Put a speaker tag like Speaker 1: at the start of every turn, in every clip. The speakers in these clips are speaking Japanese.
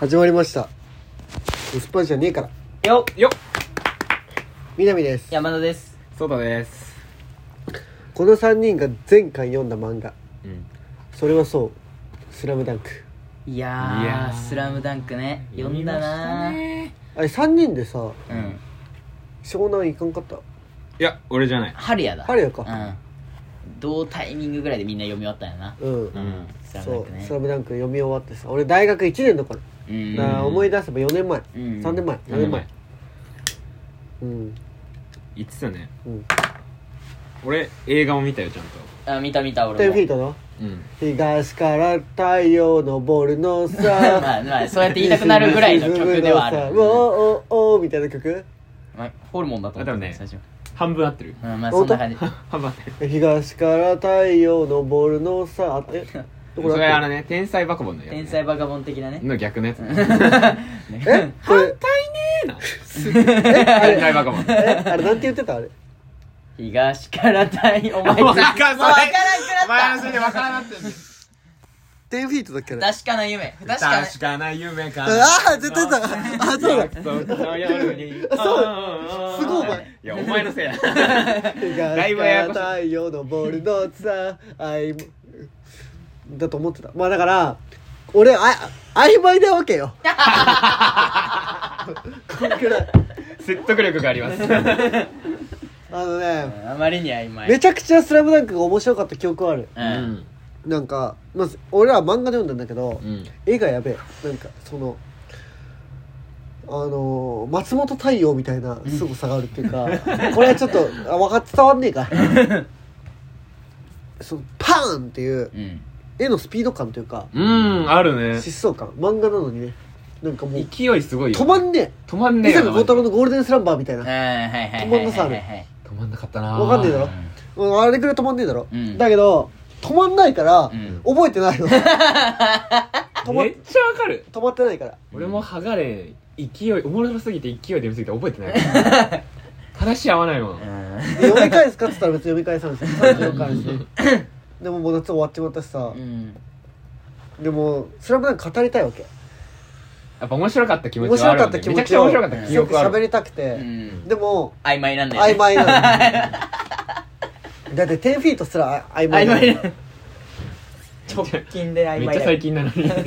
Speaker 1: 始まりました薄っぱいじゃねえから
Speaker 2: よ
Speaker 3: よっ
Speaker 1: 南です
Speaker 2: 山田です
Speaker 3: そうだです
Speaker 1: この3人が前回読んだ漫画
Speaker 3: うん
Speaker 1: それはそう「スラムダンク
Speaker 2: いやー
Speaker 3: いやー
Speaker 2: スラムダンクね読んだなー
Speaker 1: あれ3人でさ
Speaker 2: うん
Speaker 1: 湘南行かんかった
Speaker 3: いや俺じゃない
Speaker 2: 春やだ
Speaker 1: 春やか
Speaker 2: うん同タイミングぐらいでみんな読み終わったんやな
Speaker 1: うん、
Speaker 3: ん
Speaker 2: スラムダ
Speaker 1: そ
Speaker 2: ン
Speaker 1: う「
Speaker 2: クね
Speaker 1: スラムダンク読み終わってさ俺大学1年の頃
Speaker 2: う
Speaker 1: だ
Speaker 2: ん
Speaker 1: から思い出せば4年前、
Speaker 2: うん
Speaker 1: 3年前4年前うん
Speaker 3: 言ってたね
Speaker 1: うん
Speaker 3: 俺映画も見たよちゃんと
Speaker 2: あ見た見た俺
Speaker 1: 10
Speaker 2: も
Speaker 1: フィートの
Speaker 3: うん
Speaker 1: 東から太陽のボールのさ
Speaker 2: まあまあそうやって言いたくなるぐらいの曲 ではある
Speaker 1: 沈むのさおーおーおーみたいな曲
Speaker 2: まあホルモンだと思った
Speaker 3: あでもね
Speaker 2: 最初
Speaker 3: 半分合ってる
Speaker 2: うんまあそんな感じ
Speaker 3: 半分合ってる
Speaker 1: 東から太陽のボールのさあえど
Speaker 3: そ
Speaker 1: こだっけ
Speaker 3: れあのね天才バカボンのやつね
Speaker 2: 天才バカボン的なね
Speaker 3: の逆のやつ
Speaker 1: えこれ
Speaker 3: 天才バカボン
Speaker 1: えあれなんて言ってたあれ
Speaker 2: 東から 太陽お前
Speaker 3: もう
Speaker 2: わ
Speaker 3: なんか
Speaker 2: もうわからんくな
Speaker 3: 前
Speaker 2: っ
Speaker 3: のせいで分からなくなってる
Speaker 1: 10フィートだっけあ
Speaker 2: た
Speaker 1: れ
Speaker 2: 確かな夢不確かな
Speaker 3: 確かな夢か
Speaker 1: あー絶対だあそうだ
Speaker 3: そう
Speaker 1: すごいお前
Speaker 3: いやお前のせいや
Speaker 1: 東
Speaker 3: だい ぶ
Speaker 1: か
Speaker 3: ややこしい
Speaker 1: ら太陽のボールのさあいだと思ってたまあだから俺あ曖昧なわけよこんくらい
Speaker 3: 説得力があります
Speaker 1: あのね
Speaker 2: うんあまりに曖昧
Speaker 1: めちゃくちゃ「スラムダンクが面白かった記憶はある
Speaker 2: う
Speaker 3: うんん
Speaker 1: なんかまず俺らは漫画で読んだんだけど、
Speaker 3: うん
Speaker 1: 絵がやべえなんかそのあのー松本太陽みたいなすごさがあるっていうかこれはちょっとあわか伝わんねえ かそのパーンっていう
Speaker 2: うん
Speaker 1: 絵のスピード感というか
Speaker 3: うんあるね
Speaker 1: 疾走感漫画なのにねなんかもう
Speaker 3: 勢いすごいよ
Speaker 1: 止まんね
Speaker 3: 止まん
Speaker 1: え
Speaker 3: ね
Speaker 1: 伊
Speaker 3: えよ
Speaker 1: 坂
Speaker 3: な
Speaker 1: 幸太郎のゴールデンスランバーみたい
Speaker 2: うん
Speaker 1: な
Speaker 2: はいはいはい
Speaker 1: 止まんなさ
Speaker 2: は
Speaker 1: あ
Speaker 2: いは
Speaker 1: れ
Speaker 2: いはい
Speaker 3: 止まんなかったな
Speaker 1: わかんねえだろうんあれくらい止まんねえだろ、
Speaker 2: うん
Speaker 1: だけど止まんないから、
Speaker 2: うん
Speaker 1: 覚えて ないの止ま
Speaker 3: めっちゃわかる
Speaker 1: 止まってないから
Speaker 3: 俺も剥がれ勢いおもろすぎて勢いで見すぎて覚えてない話合わないもん
Speaker 2: うん
Speaker 1: で読み返すかっつったら別に読み返さんし読み返すでももう夏終わっちまったしさ
Speaker 2: う、ん
Speaker 1: でも「スラムダンク語りたいわけ
Speaker 3: やっぱ面白かった気持
Speaker 1: 面
Speaker 3: ちはあ
Speaker 1: 白かっ
Speaker 3: るよ
Speaker 1: た
Speaker 3: ね
Speaker 1: 気持
Speaker 3: めちゃく
Speaker 1: ち
Speaker 3: ちゃ
Speaker 1: を
Speaker 3: 面白かった記
Speaker 1: 強く
Speaker 3: 憶あ
Speaker 1: 喋
Speaker 3: る
Speaker 1: りたくて、
Speaker 2: うん
Speaker 1: でも
Speaker 2: 曖昧なんだよね
Speaker 1: 曖昧なのだって10フィートすら曖昧
Speaker 2: 曖
Speaker 1: なの
Speaker 2: 昧な直近で曖
Speaker 3: めっ
Speaker 2: 昧
Speaker 3: ちゃ
Speaker 2: だ
Speaker 3: 最
Speaker 2: よ
Speaker 3: 近なのに
Speaker 1: だ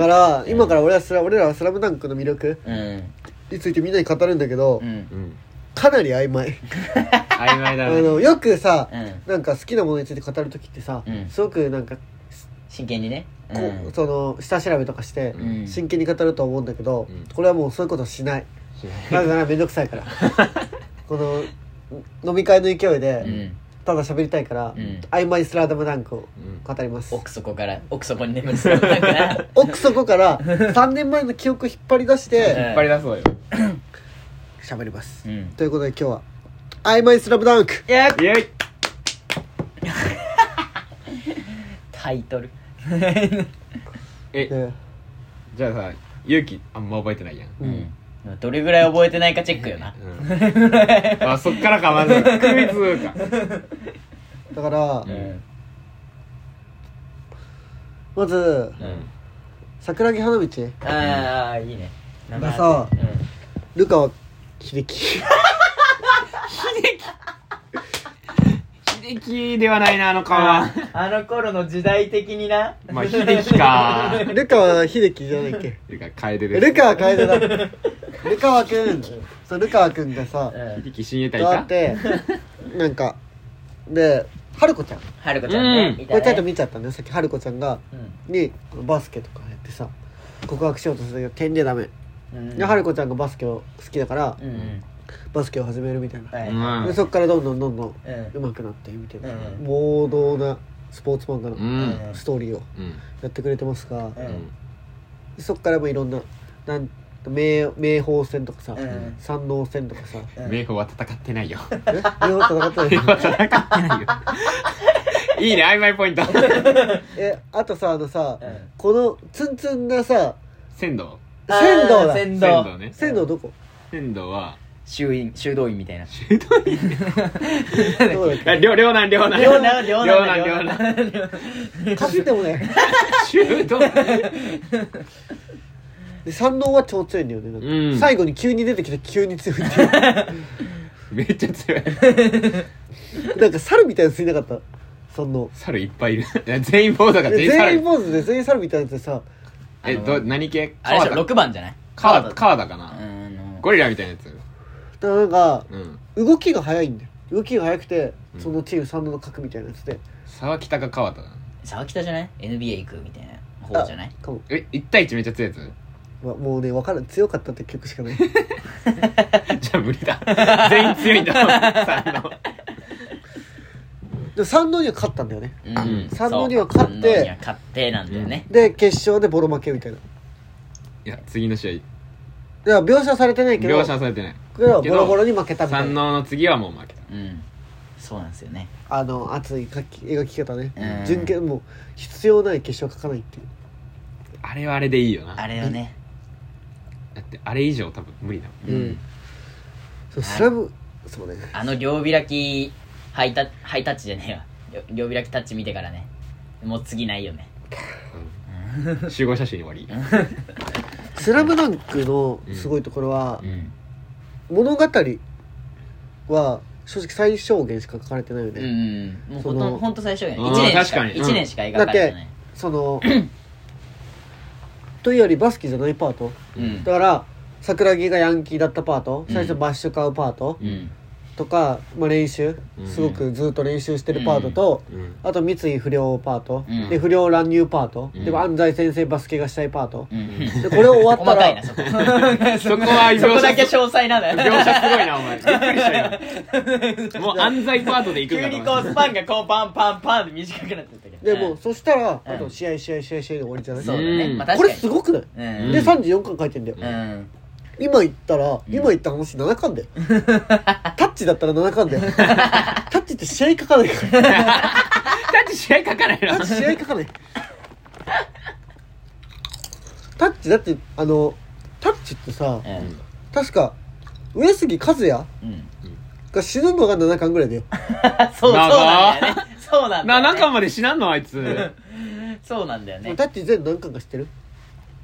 Speaker 1: から今から俺はスラ俺らは「スラムダンクの魅力
Speaker 2: うん
Speaker 1: についてみんなに語るんだけど、
Speaker 2: うん
Speaker 3: うん
Speaker 1: かなり曖昧
Speaker 3: 曖昧
Speaker 1: あ
Speaker 3: だね
Speaker 1: のよくさ、
Speaker 2: うん
Speaker 1: なんか好きなものについて語る時ってさ、
Speaker 2: うん
Speaker 1: すごくなんかこ
Speaker 2: 真剣にね
Speaker 1: う、その下調べとかして、
Speaker 2: うん
Speaker 1: 真剣に語ると思うんだけど、
Speaker 3: うん
Speaker 1: これはもうそういうことしないなぜなら面倒くさいから この飲み会の勢いでただ喋りたいから、
Speaker 2: うん
Speaker 1: 曖昧スラダムダンクを語ります、
Speaker 2: 奥底から奥底に眠るスラムダンクな
Speaker 1: 奥底から3年 前の記憶を引っ張り出し
Speaker 3: 引
Speaker 1: て
Speaker 3: っ張り出そうよ
Speaker 1: 喋ります、
Speaker 2: うん
Speaker 1: ということで今日は「曖昧スラムダンク
Speaker 2: いや
Speaker 3: イエイ
Speaker 2: タイトル
Speaker 3: え
Speaker 1: で
Speaker 3: じゃあさ勇気あんま覚えてないやん
Speaker 2: うんどれぐらい覚えてないかチェックよな
Speaker 3: うんまあそっからかまずクイズか
Speaker 1: だから、
Speaker 2: うん
Speaker 1: まず
Speaker 2: うん
Speaker 1: 桜木花道
Speaker 2: ああいいね名前
Speaker 1: がさ
Speaker 2: うん
Speaker 1: ルカワ秀 樹
Speaker 3: 秀樹ではないなあの顔は
Speaker 2: あの頃の時代的にな
Speaker 3: まあ秀樹か
Speaker 1: ルカワ秀樹じゃないっけ
Speaker 3: ていうか楓です
Speaker 1: ルカワ楓だルカワくんそうルカワくんがさ
Speaker 2: うん
Speaker 3: 秀樹親衛隊
Speaker 1: 変わ
Speaker 3: か
Speaker 1: ってなんかで春子ちゃんこ
Speaker 2: 春子ちゃんね
Speaker 3: うん
Speaker 1: れ
Speaker 2: いた
Speaker 1: ちょっと
Speaker 2: ね
Speaker 1: 見ちゃったねさっき春子ちゃんが
Speaker 2: うん
Speaker 1: にバスケとかやってさ告白しようとするけど点でダメ、
Speaker 2: うん
Speaker 1: で春子ちゃんがバスケを好きだから、
Speaker 2: うん
Speaker 1: バスケを始めるみたいな、
Speaker 2: はい
Speaker 3: うん
Speaker 1: でそっからどんどんどんどん
Speaker 2: うん
Speaker 1: 上手くなってみたいな、
Speaker 2: うん
Speaker 1: 暴動なスポーツ漫画
Speaker 3: う
Speaker 1: の
Speaker 3: ん
Speaker 2: うん
Speaker 1: ストーリーを
Speaker 3: うん
Speaker 1: やってくれてますが、
Speaker 2: うん
Speaker 1: でそっからもいろんななん明明豊戦とかさ、
Speaker 2: うん
Speaker 1: 山王戦とかさ、
Speaker 2: うん
Speaker 3: 名宝は戦ってないよ
Speaker 1: え 日本戦ったね
Speaker 3: 戦ってないよいいね曖昧ポイント
Speaker 1: えあとさあのさ、
Speaker 2: うん
Speaker 1: このツンツンなさ
Speaker 3: 仙道
Speaker 2: あー
Speaker 1: 仙道だ
Speaker 3: 仙
Speaker 2: 仙道
Speaker 3: 道ね
Speaker 1: 仙道どこ
Speaker 3: 仙道は
Speaker 2: 修員修道院みたいな
Speaker 1: どこだっ
Speaker 3: あ両両男両男
Speaker 2: 両男両男
Speaker 3: 両男
Speaker 2: 両男
Speaker 1: けかすってもね
Speaker 3: 修道
Speaker 1: で山道は超強いんだよねなんか、
Speaker 3: うん
Speaker 1: 最後に急に出てきた急に強いっていう
Speaker 3: めっちゃ強い
Speaker 1: なんか猿みたいなやついなかった山道
Speaker 3: 猿いっぱいいるいや全員坊主だから
Speaker 1: で
Speaker 3: 全員
Speaker 1: 全員
Speaker 3: 猿
Speaker 1: 坊主で全員猿みたいなやつでさ
Speaker 3: えど何系
Speaker 2: あれでしょ
Speaker 3: 川田
Speaker 2: 6番じゃない
Speaker 3: 川田
Speaker 2: 田
Speaker 3: 川田か
Speaker 2: う
Speaker 3: な
Speaker 2: ーんあの
Speaker 3: ゴリラみたいなやつ
Speaker 1: だからなんか
Speaker 3: うん
Speaker 1: 動きが速いんだよ動きが速くて
Speaker 3: うん
Speaker 1: そのチーム山道の核みたいなやつで
Speaker 3: 沢北か川田だな
Speaker 2: 沢北じゃない ?NBA 行くみたいな方じゃない
Speaker 1: かも、
Speaker 3: え一1対1めっちゃ強いやつ
Speaker 1: まあ、もうね分からん強かったって曲しかない
Speaker 3: じゃあ無理だ全員強いんだ 三の
Speaker 1: でも山道には勝ったんだよね
Speaker 2: うん
Speaker 1: 山
Speaker 2: そう
Speaker 1: 王には勝って
Speaker 2: 山王には勝ってなんだよね
Speaker 1: で決勝でボロ負けみたいない
Speaker 3: や次の試
Speaker 1: や描写されてない
Speaker 3: 合
Speaker 1: けど
Speaker 3: 描写されてない
Speaker 1: けど
Speaker 3: けど
Speaker 1: ボロボロに負けたみたい
Speaker 3: 三
Speaker 1: な
Speaker 3: 能の次はもう負けた
Speaker 2: うんそうなんですよね
Speaker 1: あの熱い描き描き方ね
Speaker 2: うん
Speaker 1: 準決もう必要ない決勝は書かないっていう
Speaker 3: あれはあれでいいよな
Speaker 2: あれはね
Speaker 3: だってあれ以上多分無理だもん
Speaker 1: うん
Speaker 2: うん
Speaker 1: そうスラムそうね
Speaker 2: あの両開きハイタハイタッチじゃねえわ両両開きタッチ見てからねもう次ないよね
Speaker 3: 集合写真終わり
Speaker 1: スラムダンクのすごいところは
Speaker 2: う、ん
Speaker 1: 物語は正直最小限しか書かれてないよ
Speaker 2: う
Speaker 1: ね、
Speaker 2: んもうほ
Speaker 1: そ
Speaker 2: ん
Speaker 1: の
Speaker 2: とほんと最小限
Speaker 3: うん
Speaker 2: 1年
Speaker 3: 確
Speaker 2: し
Speaker 3: か
Speaker 2: か
Speaker 3: に
Speaker 2: 一年しか描かれてない
Speaker 1: その というよりバスケじゃないパート
Speaker 2: うん
Speaker 1: だから桜木がヤンキーだったパート
Speaker 2: うん
Speaker 1: 最初バッシュ買うパート
Speaker 2: うん
Speaker 1: とか、まあ、練習
Speaker 3: うん
Speaker 1: すごくずっと練習してるパートと、
Speaker 3: うん
Speaker 1: あと三井不良パート、
Speaker 2: うん
Speaker 1: で不良乱入パート、
Speaker 3: うん
Speaker 1: で安西先生バスケがしたいパート、
Speaker 2: うん
Speaker 1: でこれ終わっ
Speaker 2: 細
Speaker 1: た
Speaker 2: からい
Speaker 1: ら
Speaker 2: なそこ
Speaker 3: そ
Speaker 2: そ
Speaker 3: こは
Speaker 2: そこだけ詳細なんだよ
Speaker 3: 描写すごいなお前びっくりしたよもう安西パートで行くん
Speaker 2: 急
Speaker 3: だと
Speaker 2: に
Speaker 3: 思
Speaker 2: こ
Speaker 3: っ
Speaker 2: う
Speaker 3: た
Speaker 2: スパンがこうパンパンパンって短くなってったけ
Speaker 1: で
Speaker 2: ど
Speaker 1: もうそしたら、
Speaker 2: うん
Speaker 1: あと試合試合試合試合で終わりじゃない、
Speaker 2: そうだね
Speaker 3: うん
Speaker 2: まあ確
Speaker 1: こ
Speaker 2: か
Speaker 1: れ
Speaker 2: に
Speaker 1: すごくない、
Speaker 2: うん
Speaker 1: で34巻書いてんだよ、
Speaker 2: うん
Speaker 1: 今言ったら、今言った話7巻だよタッチだったら7巻 だよタッチって試合書かないから
Speaker 3: だって試合書かない
Speaker 1: タッチ試合書かないタッチだってあのタッチってさ
Speaker 2: うん
Speaker 1: 確か上杉和也
Speaker 2: うん
Speaker 1: が死ぬのが7巻ぐらいだよ
Speaker 2: あそうそう
Speaker 3: なあ
Speaker 2: なんだよねそうなんだ
Speaker 3: な
Speaker 2: よね
Speaker 3: 中まで死なんのあいつ
Speaker 2: そうなんだよね
Speaker 1: タッチ全何巻か知ってる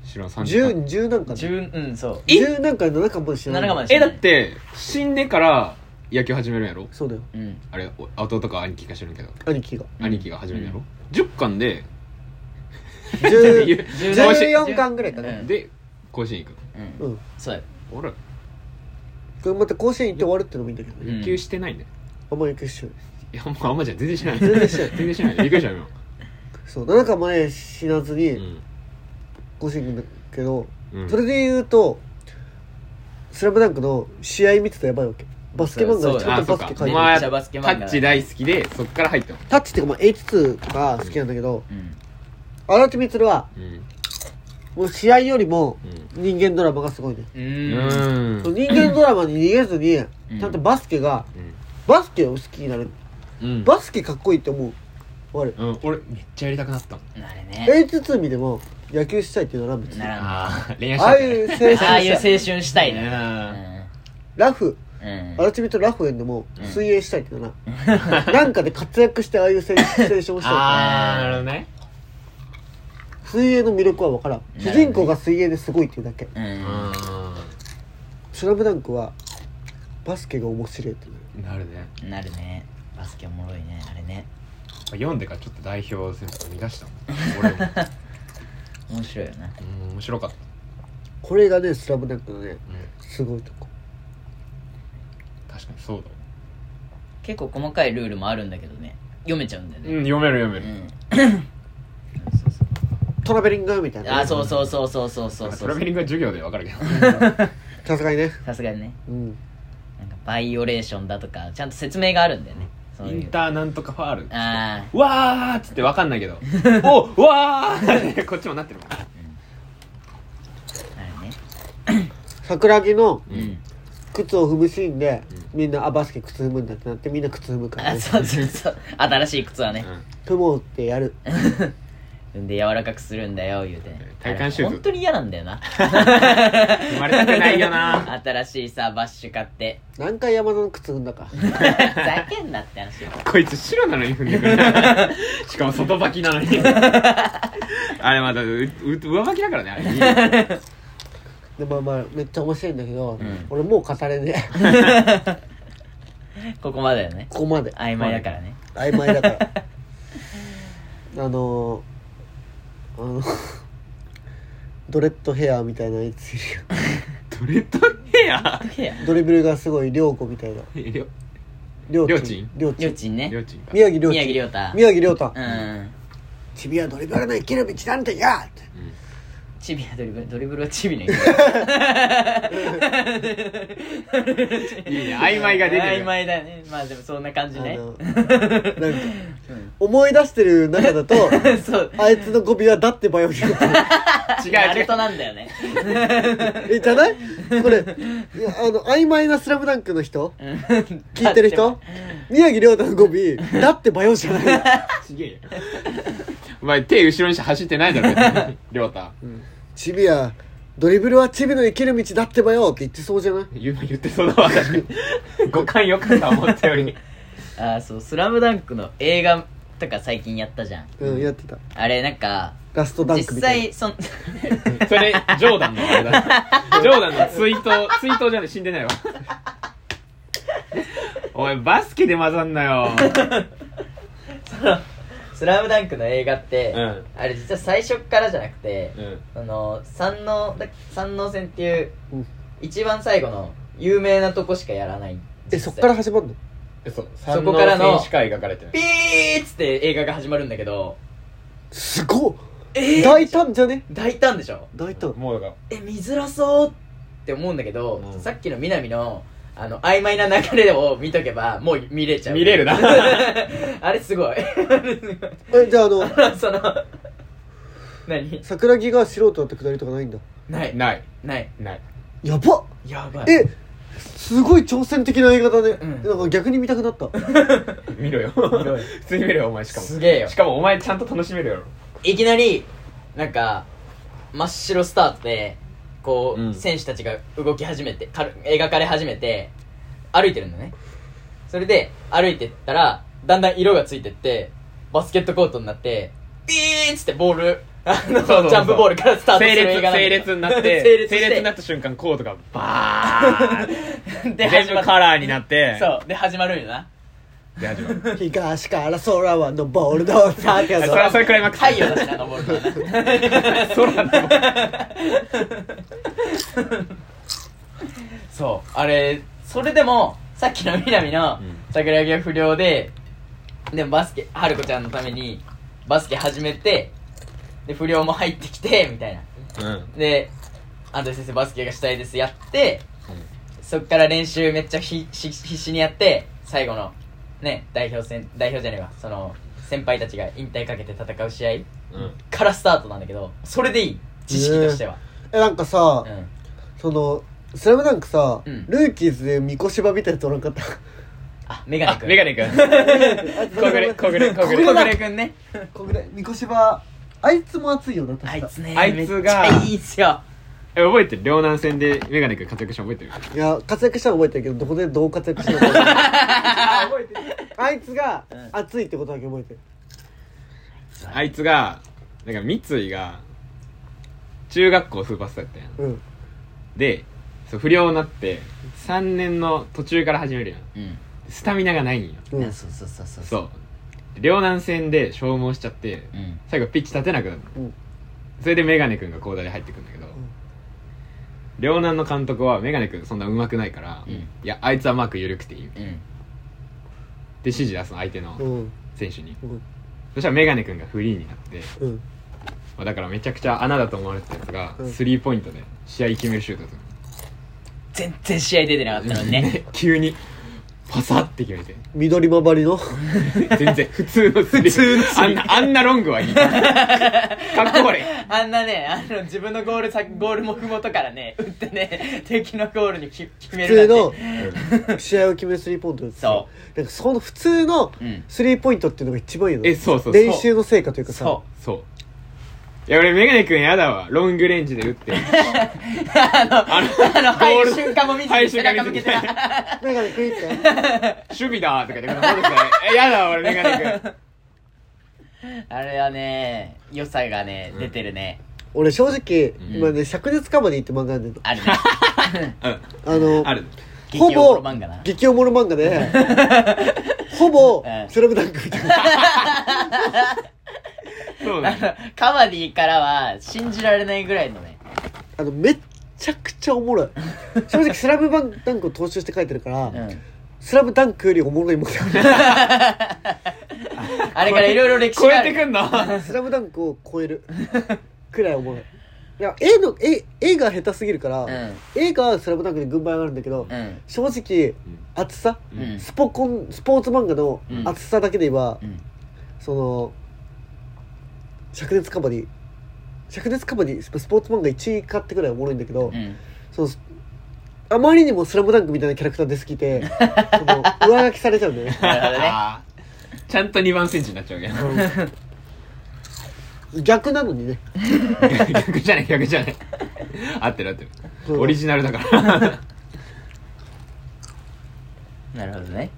Speaker 3: 知らん
Speaker 1: 10,
Speaker 3: 30
Speaker 1: 10何巻
Speaker 2: 十うんそう
Speaker 1: 10何巻7巻まで知らない
Speaker 2: 7巻まで
Speaker 3: えだって死んでから野球始めるんやろ
Speaker 1: そうだよ
Speaker 2: うん
Speaker 3: あれお弟か兄貴か知らんけど
Speaker 1: 兄貴が
Speaker 2: うん
Speaker 3: 兄貴が始めるんやろ10巻で
Speaker 1: 10 14
Speaker 2: 14
Speaker 1: 巻ぐらいかね
Speaker 3: で甲子園行
Speaker 2: う
Speaker 1: う
Speaker 2: ん
Speaker 1: ん
Speaker 2: そうよ
Speaker 3: く俺
Speaker 1: これまた甲子園行って終わるってのもいいんだけどね
Speaker 3: 野球してないね
Speaker 1: あんまり野球してない
Speaker 3: いやもうあんまじゃん全然しない
Speaker 1: 全然しない
Speaker 3: 全然しないびっくりしたよ
Speaker 1: そう7巻まで死なず
Speaker 3: 今う
Speaker 1: に
Speaker 3: ん
Speaker 1: 甲子園行くんだけど
Speaker 3: うん
Speaker 1: それで言うと「スラムダンクの試合見てたらやばいわけバスケ漫画
Speaker 2: そう
Speaker 1: で
Speaker 2: そう
Speaker 1: ち
Speaker 2: だ
Speaker 1: ゃ
Speaker 3: あ
Speaker 1: ん
Speaker 3: そ
Speaker 1: と
Speaker 3: う
Speaker 1: バス
Speaker 3: か
Speaker 1: ケ書
Speaker 3: お
Speaker 1: い
Speaker 3: 前
Speaker 1: てる
Speaker 2: めっちゃバ
Speaker 3: は
Speaker 2: スケ漫
Speaker 3: タ
Speaker 2: 画
Speaker 3: ッチ大好きでそっから入ったの
Speaker 1: タッチっていうかまあ H2 とか好きなんだけど
Speaker 2: うん
Speaker 1: 荒木光は
Speaker 3: うんうん
Speaker 1: もう試合よりも人間ドラマがすごいね、
Speaker 2: う
Speaker 3: うんん
Speaker 1: その人間ドラマに逃げずにちゃんとバスケがバスケを好きになる
Speaker 3: うん
Speaker 1: バスケかっこいいって思うわかる
Speaker 3: うん俺めっちゃやりたくなったもん
Speaker 2: あれね
Speaker 1: H2 見でも野球したいっていうのは別に
Speaker 2: な
Speaker 1: あ
Speaker 2: らん
Speaker 3: ああ恋愛し
Speaker 1: あ
Speaker 3: た
Speaker 1: いう青春
Speaker 2: ああいう青
Speaker 1: したい
Speaker 2: 春したいね
Speaker 3: ね
Speaker 1: ラフ
Speaker 2: うん
Speaker 1: 荒木光ラフエンでも水泳したいっていうのはなんかで活躍してああいう青青春をしたい
Speaker 3: ああなるほどね
Speaker 1: 水泳の魅力は分からん
Speaker 2: なるほ
Speaker 1: 主
Speaker 2: ど
Speaker 1: 人公が水泳ですごいっていうだけ
Speaker 2: うんうん
Speaker 1: スラムダンクはバスケが面白いっていう
Speaker 3: うんなるね
Speaker 2: なるねバスケおもろいねあれね
Speaker 3: 読んでからちょっと代表戦とか逃がしたもん俺 も
Speaker 2: 面白いよな
Speaker 3: うん面白かった
Speaker 1: これがね「スラムダンクのね
Speaker 3: うん
Speaker 1: すごいとこ
Speaker 3: 確かにそうだわ
Speaker 2: 結構細かいルールもあるんだけどね読めちゃうんだよ
Speaker 3: う
Speaker 2: ね
Speaker 3: ん読める読
Speaker 2: う
Speaker 3: める
Speaker 2: ん
Speaker 1: トラベリングみたい
Speaker 2: あ
Speaker 1: な
Speaker 2: そうそうそうそうそうそう
Speaker 3: ト
Speaker 2: そ
Speaker 3: ラベリ
Speaker 2: う
Speaker 3: ングは授業で分かるけど
Speaker 1: さすがにね
Speaker 2: さすがにね
Speaker 1: うん
Speaker 2: なんかバイオレーションだとかちゃんと説明があるんだよねそう
Speaker 3: イ
Speaker 2: い
Speaker 3: ン
Speaker 2: う
Speaker 3: ターなんとかファール
Speaker 2: あ
Speaker 3: わーっつって分かんないけど おわーってこっちもなってるもん
Speaker 2: ああれね
Speaker 1: 桜木の
Speaker 2: うん
Speaker 1: 靴を踏むシーンでみんなあバスケ靴踏むんだってなってみんな靴踏むから
Speaker 2: あ
Speaker 1: ね
Speaker 2: そうそうそう新しい靴はね
Speaker 1: 踏もうってやる
Speaker 2: んで柔らかくするんだよ言うてね
Speaker 3: 体幹シュート
Speaker 2: あれ本当に嫌なんだよな
Speaker 3: 生まれたくないよな
Speaker 2: 新しいさバッシュ買って
Speaker 1: 何回山田の靴踏んだか
Speaker 2: ふざけんなって話よ
Speaker 3: こいつ白なのに踏んでくるしかも外履きなのにあれまたうう上履きだからねあれ
Speaker 1: でまあまあめっちゃ面白いんだけど、
Speaker 2: うん
Speaker 1: 俺もう語れねえ
Speaker 2: ここまでだよね
Speaker 1: ここまで
Speaker 2: 曖昧だからね
Speaker 1: 曖昧だから あのあのドレッドヘアみたいなやついるよ
Speaker 3: ドレッドヘア
Speaker 1: ドリブルがすごい涼子みたいな
Speaker 3: りょ
Speaker 1: 涼
Speaker 3: りょーちん
Speaker 1: りょーち
Speaker 2: りょ
Speaker 1: ん
Speaker 2: うちんね
Speaker 3: りょうちんが
Speaker 1: 宮城涼
Speaker 2: 宮城
Speaker 1: ち
Speaker 2: 亮太
Speaker 1: ん宮城涼太
Speaker 2: うん
Speaker 1: 君はドリブルの生きる道なんてやって
Speaker 3: うん
Speaker 2: チビはドリブルドリブルはチビの意味
Speaker 3: いいね曖昧が出てる
Speaker 2: 曖昧だねまあでもそんな感じ
Speaker 1: あ
Speaker 2: ね
Speaker 1: のなんか思い出してる中 だと
Speaker 2: そう
Speaker 1: あいつの語尾は「だってばよ」に
Speaker 3: 違う
Speaker 2: ナ
Speaker 3: 違
Speaker 2: ル
Speaker 3: う
Speaker 2: トなんだよね
Speaker 1: えじゃないこれいやあの曖昧な「スラムダンクの人聞いてる人宮城亮太の語尾「だってばよ」じゃないよ
Speaker 3: 違えよお前手後ろにして走ってないだろ別にりょうた
Speaker 1: チビやドリブルはチビの生きる道だってばよって言ってそうじゃない
Speaker 3: 言う言ってそうだわ確かに五感よくさ思ったより
Speaker 2: ああそう「スラムダンクの映画とか最近やったじゃん
Speaker 1: うんやってた
Speaker 2: あれなんか
Speaker 1: ラストダンク
Speaker 2: 実
Speaker 1: みたいな
Speaker 2: 際そん
Speaker 3: それジョーダンのあれだジョーダンのツイートツイートじゃねえ死んでない わお前バスケで混ざんなよ
Speaker 2: そのスラムダンクの映画って、
Speaker 3: うん
Speaker 2: あれ実は最初っからじゃなくて、
Speaker 3: うん
Speaker 2: あの三能だ三能戦っていう、
Speaker 1: うん
Speaker 2: 一番最後の有名なとこしかやらない
Speaker 1: えそっから始まるの
Speaker 3: そ
Speaker 2: そこからの
Speaker 3: 三能選手会が描かれて
Speaker 2: ピ
Speaker 3: る
Speaker 2: ーッつって映画が始まるんだけど
Speaker 1: すごっ
Speaker 2: え
Speaker 1: 大胆じゃね
Speaker 2: 大胆でしょ
Speaker 1: 大胆
Speaker 3: もうだか
Speaker 2: え見づらそうって思うんだけど、
Speaker 3: うん
Speaker 2: さっきの南のあの曖昧な流れを見とけばもう見れちゃ
Speaker 3: ら
Speaker 2: う
Speaker 3: 見れるな
Speaker 2: あれす ごい
Speaker 1: えじゃああの
Speaker 2: その 何
Speaker 1: 桜木が素人だってくだりとかないんだ
Speaker 2: ない
Speaker 3: ない
Speaker 2: ない
Speaker 3: ない
Speaker 1: やばっ
Speaker 2: やばい
Speaker 1: えすごい挑戦的な映画だね、
Speaker 2: うん
Speaker 1: なんか逆に見たくな った
Speaker 3: 見ろよ
Speaker 2: ろよ
Speaker 3: 普通に見ろよお前しかも
Speaker 2: すげえよ
Speaker 3: しかもお前ちゃんと楽しめる やろ
Speaker 2: いきなりなんか真っ白スタートでこう、
Speaker 3: うん
Speaker 2: 選手たちが動き始めてかる描かれ始めて歩いてるんだねそれで歩いてったらだんだん色がついてってバスケットコートになってピーンっつってボールあの
Speaker 3: そうそうそう
Speaker 2: ジャンプボールからスタート
Speaker 3: 整
Speaker 2: する
Speaker 3: 列
Speaker 2: 映画なんだ
Speaker 3: 整列になって
Speaker 2: 整列して
Speaker 3: 整列になった瞬間コートがバーン
Speaker 2: で
Speaker 3: 全部カラーになって
Speaker 2: そうで始まるんよな
Speaker 3: で始まる
Speaker 1: 東から空は登るのだけ
Speaker 3: あそ
Speaker 1: ど
Speaker 3: れはそれクライマックス
Speaker 2: 太陽だしな登るのはな
Speaker 3: 空の
Speaker 2: そうあれそれでもさっきの南の
Speaker 3: うん
Speaker 2: 桜木は不良ででもバスケ春子ちゃんのためにバスケ始めてで不良も入ってきてみたいな
Speaker 3: うん
Speaker 2: で安藤先生バスケがしたいですやってそっから練習めっちゃひし必死にやって最後のね代表戦代表じゃねえわその先輩たちが引退かけて戦う試合
Speaker 3: うん
Speaker 2: からスタートなんだけどそれでいい知識としては、
Speaker 1: えなんかさ、
Speaker 2: うん
Speaker 1: その「スラムダンクさ、
Speaker 2: うん
Speaker 1: ルーキーズでみこしばみたいなやつおらんか った
Speaker 2: あメガ
Speaker 3: あ
Speaker 2: ネくん
Speaker 3: メガネくん
Speaker 1: あいつ
Speaker 3: 小暮小暮小
Speaker 2: 小
Speaker 3: 暮
Speaker 2: 暮くんね
Speaker 1: こんぐらいみこしばあいつも熱いよな確か
Speaker 2: あいつね
Speaker 3: あいつが
Speaker 2: めっちゃいいっすよ
Speaker 3: え覚えてる両南戦でメガネくん活躍したの覚えてる
Speaker 1: いや活躍したの覚えてるけどどこでどう活躍したのか覚えて ない
Speaker 3: 覚えてる
Speaker 1: あいつが
Speaker 2: うん
Speaker 1: 熱いってことだけ覚えてる
Speaker 3: あいつがなんか三井が中学校スーパースターやったやん
Speaker 1: うん
Speaker 3: でそう不良になって3年の途中から始めるやん
Speaker 2: うん
Speaker 3: スタミナがないんよ
Speaker 1: うん
Speaker 2: あそうそうそうそう
Speaker 3: そう両南戦で消耗しちゃって
Speaker 2: うん
Speaker 3: 最後ピッチ立てなくなる
Speaker 1: うん
Speaker 3: それでメガネくんが高打で入ってくんだけど、両南の監督はメガネくんそんな上手くないから、
Speaker 2: うん
Speaker 3: いやあいつはマーク緩くていいって
Speaker 2: うん
Speaker 3: 指示出すの相手の
Speaker 1: うん
Speaker 3: 選手に、
Speaker 1: うん
Speaker 3: そしたらメガネくんがフリーになって、
Speaker 1: うん
Speaker 3: まあ、だからめちゃくちゃ穴だと思われてたやつが、
Speaker 1: うん
Speaker 3: スリーポイントで試合決めるシュートする
Speaker 2: 全然試合出てなかったのにね
Speaker 3: 急にパサって決めて
Speaker 1: 緑まばりの
Speaker 3: 全然普通のスリーあんなあんなロングはいいかっこ悪い
Speaker 2: あんなねあの自分のゴール先ゴールもふもとからね打ってね敵のゴールにき決め
Speaker 1: 普
Speaker 2: る
Speaker 1: 通
Speaker 2: なん
Speaker 1: の
Speaker 2: て
Speaker 1: 試合を決めるスリーポイントです
Speaker 2: そ
Speaker 1: なんかその普通の
Speaker 2: うん
Speaker 1: スリーポイントっていうのが一番いいの
Speaker 3: えそうそうそう
Speaker 1: 練習の成果というかさ
Speaker 2: そ
Speaker 3: そういや俺メガネくんやだわロングレンジで打ってあの
Speaker 2: あの入
Speaker 3: ゴー
Speaker 2: る
Speaker 3: ル
Speaker 2: 瞬間も見ず
Speaker 3: 入
Speaker 2: に
Speaker 3: る
Speaker 2: 背
Speaker 3: 瞬間
Speaker 2: 中向
Speaker 3: 見
Speaker 2: け
Speaker 3: ず
Speaker 2: て
Speaker 3: に
Speaker 2: な
Speaker 1: メガネクイって
Speaker 3: 守備だーとか言ってこんなことですねえやだわ俺メガネくん
Speaker 2: あれはね良さがね
Speaker 3: うん
Speaker 2: 出てるね
Speaker 1: 俺正直、
Speaker 3: うん
Speaker 1: 今ね「灼熱カバディ」って漫画なんだけ
Speaker 2: あるな
Speaker 1: どあの
Speaker 3: ある
Speaker 1: ほ
Speaker 2: 激おもろ
Speaker 1: ぼ
Speaker 2: 漫画な
Speaker 1: 激おもろ漫画で ほぼ
Speaker 2: う
Speaker 1: 「
Speaker 2: ん
Speaker 1: スラムダンクみたいな
Speaker 3: そう
Speaker 2: あ
Speaker 3: だね
Speaker 2: の カバディからは信じられないぐらいのね
Speaker 1: あのめっちゃくちゃおもろい正直「スラムダンクを踏襲して書いてるから「
Speaker 2: うん
Speaker 1: スラムダンクよりおもろいもんだ
Speaker 2: あれからいろいろ歴史
Speaker 3: 超
Speaker 2: があ
Speaker 3: え
Speaker 2: る
Speaker 3: てくんの
Speaker 1: スラムダンクを超えるくらいおもろいいや絵の絵絵が下手すぎるから、
Speaker 2: うん
Speaker 1: 映画はスラムダンク」で軍配上がるんだけど、
Speaker 2: うん
Speaker 1: 正直厚さ、
Speaker 2: うんうん
Speaker 1: スポコンスポーツ漫画の
Speaker 2: うん
Speaker 1: 厚さだけで言えば、
Speaker 2: うん
Speaker 1: その灼熱カバディ灼熱カバディスポーツ漫画1位かってくらいおもろいんだけど、
Speaker 2: うん
Speaker 1: そのあまりにも「スラムダンクみたいなキャラクター出すぎ てその上書きされちゃうんだよね
Speaker 2: なるほどね
Speaker 3: あー ちゃんと2番センチになっちゃうわけ
Speaker 1: 逆なのにね
Speaker 3: 逆じゃない逆じゃない合ってる合って
Speaker 1: そう
Speaker 3: るオリジナルだから
Speaker 2: なるほどね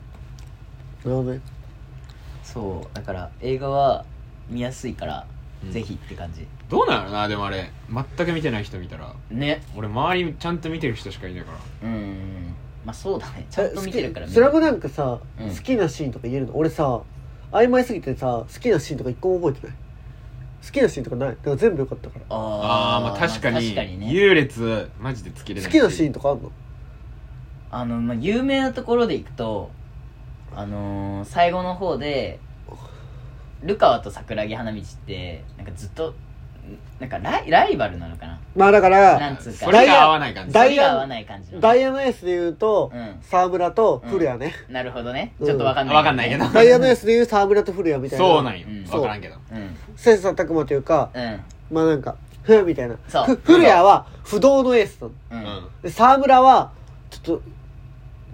Speaker 1: なるほどね
Speaker 2: そうだから映画は見やすいから、
Speaker 3: うん
Speaker 2: ぜひって感じ
Speaker 3: どうなのなでもあれ全く見てない人見たら
Speaker 2: ね
Speaker 3: 俺周りちゃんと見てる人しかいないから
Speaker 2: うんまあそうだねちゃんと見てるから
Speaker 1: スラムダ
Speaker 2: ク
Speaker 1: ンクさ、
Speaker 2: うん
Speaker 1: 好きなシーンとか言えるの俺さ曖昧すぎてさ好きなシーンとか一個も覚えてない好きなシーンとかないだから全部よかったから
Speaker 2: あ
Speaker 3: あ
Speaker 2: ー
Speaker 3: ーまあ確かに
Speaker 2: 確かにね
Speaker 3: 優劣マジでつけれない
Speaker 1: 好きなシーンとかあんの
Speaker 2: あの、まあ、有名なところでいくとあのー、最後の方でルカワと桜木花道ってなんかずっとなんかライライバルなのかな
Speaker 1: まあだか
Speaker 2: な
Speaker 1: ら
Speaker 2: んつうか
Speaker 3: それが合わない感じ
Speaker 1: ダイ
Speaker 2: そ
Speaker 1: アン
Speaker 2: れが合わない感じの
Speaker 1: ダイアナエースで言うと、
Speaker 2: うん
Speaker 1: 沢村と古谷 ね、
Speaker 2: なるほどね
Speaker 1: うん
Speaker 2: ちょっとわかんない
Speaker 3: わかんないけど
Speaker 1: ダイアナエースで言う沢村と古谷みたいな
Speaker 3: そうなんよ
Speaker 2: うん
Speaker 3: 分からんけど
Speaker 2: うん
Speaker 1: 切磋琢磨というか、
Speaker 2: うん
Speaker 1: まあなんかふんみたいな
Speaker 2: そう
Speaker 1: ふ古谷は不動のエースなの
Speaker 2: う
Speaker 3: うんん
Speaker 1: で沢村はちょっ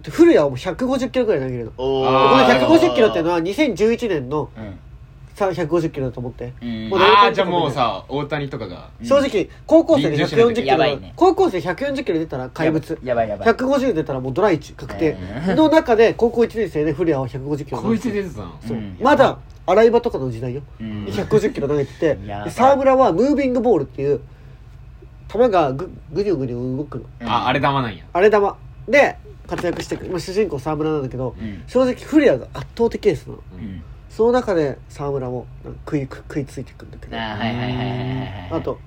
Speaker 1: と古谷はもう150キロぐらい投げるのこ
Speaker 2: お
Speaker 1: の
Speaker 3: あー
Speaker 1: 150キロっていうのは2011年の
Speaker 2: うん
Speaker 1: さ150キロだと思って、
Speaker 2: うん
Speaker 1: もう
Speaker 3: ああじゃあもうさ大谷とかが
Speaker 2: うん
Speaker 1: 正直高校生で
Speaker 3: 臨場
Speaker 1: 140
Speaker 3: し
Speaker 1: キ
Speaker 3: て
Speaker 1: ロ、
Speaker 2: やばいね
Speaker 1: 高校生140キロ出たら怪物
Speaker 2: やばいやばい
Speaker 1: 150出たらもうドラ1確定
Speaker 2: うん
Speaker 1: の中で高校1年生で古谷は150キロ
Speaker 3: こいつ出てたの
Speaker 1: そう
Speaker 2: うん
Speaker 1: まだ洗い場とかの時代よ
Speaker 2: うん
Speaker 1: 150キロ投げてて
Speaker 2: やば
Speaker 1: で
Speaker 2: い
Speaker 1: 沢村はムービングボールっていう球がぐぐにゅぐにゅ動くの
Speaker 3: ああれ玉なんや
Speaker 1: あれ球で活躍してくまあ主人公沢村なんだけど
Speaker 2: うん
Speaker 1: 正直古谷が圧倒的エースなの
Speaker 2: うん
Speaker 1: その中で沢村もなんか食い食いついてくんだけど
Speaker 2: あーはいはいはいはいはいはい
Speaker 1: あと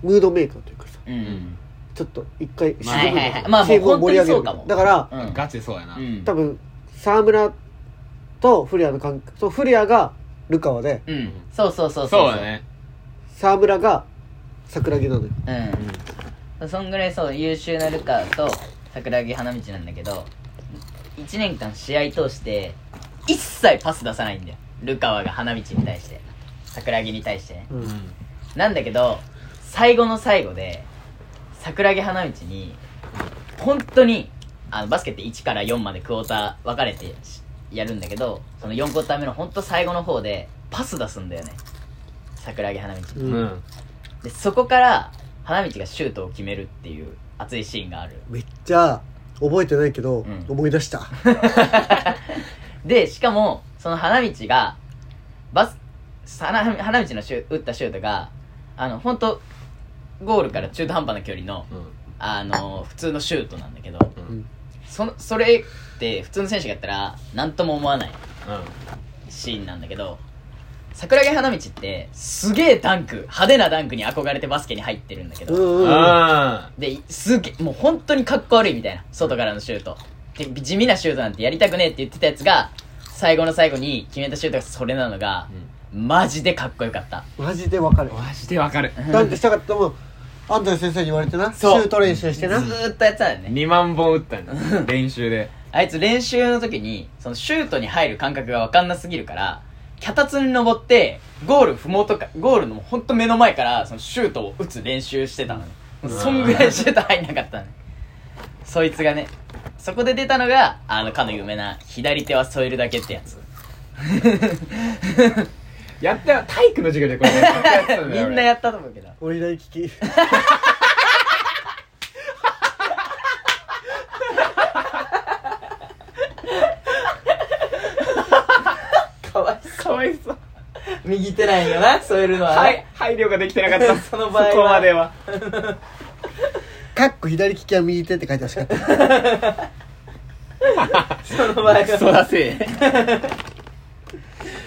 Speaker 1: ムードメーカーというかさ
Speaker 2: うん
Speaker 1: ちょっと一回沈む
Speaker 2: はいはいはい
Speaker 1: の
Speaker 2: まあもう
Speaker 1: チームを盛り上げる
Speaker 2: 本当にそうかも
Speaker 1: だから
Speaker 2: うん
Speaker 3: ガチでそうやな
Speaker 2: うん
Speaker 1: 多分沢村と古谷の関係そう古谷がルカワで
Speaker 2: うんそうそうそう
Speaker 3: そうだね
Speaker 1: 沢村が桜木なのよ
Speaker 2: うんそんぐらいそう優秀なルカと桜木花道なんだけど1年間試合通して一切パス出さないんだよルカワが花道に対して桜木に対してね
Speaker 1: うん
Speaker 2: なんだけど最後の最後で桜木花道に本当にあのバスケって1から4までクォーター分かれてしやるんだけどその4クォーター目の本当最後の方でパス出すんだよね桜木花道
Speaker 1: う
Speaker 3: うんん
Speaker 2: でそこから花道がシュートを決めるっていう熱いシーンがある
Speaker 1: めっちゃ覚えてないけど、
Speaker 2: うん
Speaker 1: 思い出した
Speaker 2: でしかもその花道がバス花花道のシュ打ったシュートがあの本当ゴールから中途半端な距離の
Speaker 3: うん
Speaker 2: あの普通のシュートなんだけど
Speaker 3: うんうん
Speaker 2: そのそれって普通の選手がやったら何とも思わないシーンなんだけど桜木花道ってすげえダンク派手なダンクに憧れてバスケに入ってるんだけ
Speaker 1: う
Speaker 2: ど、
Speaker 1: んうんうん
Speaker 3: あ
Speaker 2: ですげえもう本当にかっこ悪いみたいな外からのシュートで地味なシュートなんてやりたくねえって言ってたやつが最後の最後に決めたシュートがそれなのが、マジでかっこよかった
Speaker 1: マジでわかる
Speaker 3: ーマジでわかる
Speaker 1: ダンクしたかったもん安藤先生に言われてなシ
Speaker 2: そう
Speaker 1: ュート練習し
Speaker 2: ず
Speaker 1: てな
Speaker 2: ーっとやってたんだよね
Speaker 3: 2万本打ったんだ練習で
Speaker 2: あいつ練習の時にそのシュートに入る感覚が分かんなすぎるから脚立に登ってゴールふもとかゴールのほんと目の前からそのシュートを打つ練習してたのね
Speaker 3: ん
Speaker 2: そんぐらいシュート入んなかったのねそいつがねそこで出たのがあのかの有名な左手は添えるだけってや つ
Speaker 3: やったよ体育の授業でこれやったやつだ
Speaker 2: み
Speaker 3: よ
Speaker 2: んなやったと思うけど
Speaker 1: 俺左利き
Speaker 2: かわいそうかわいそう右手なんよな添えるの
Speaker 3: 俺
Speaker 2: は
Speaker 3: はい
Speaker 2: ね
Speaker 3: 配慮ができてなかった
Speaker 2: その場合は
Speaker 3: そこまでは
Speaker 1: かっこ左利きは右手って書いてほしかった
Speaker 2: その場合
Speaker 3: クソ
Speaker 2: は
Speaker 3: だせえ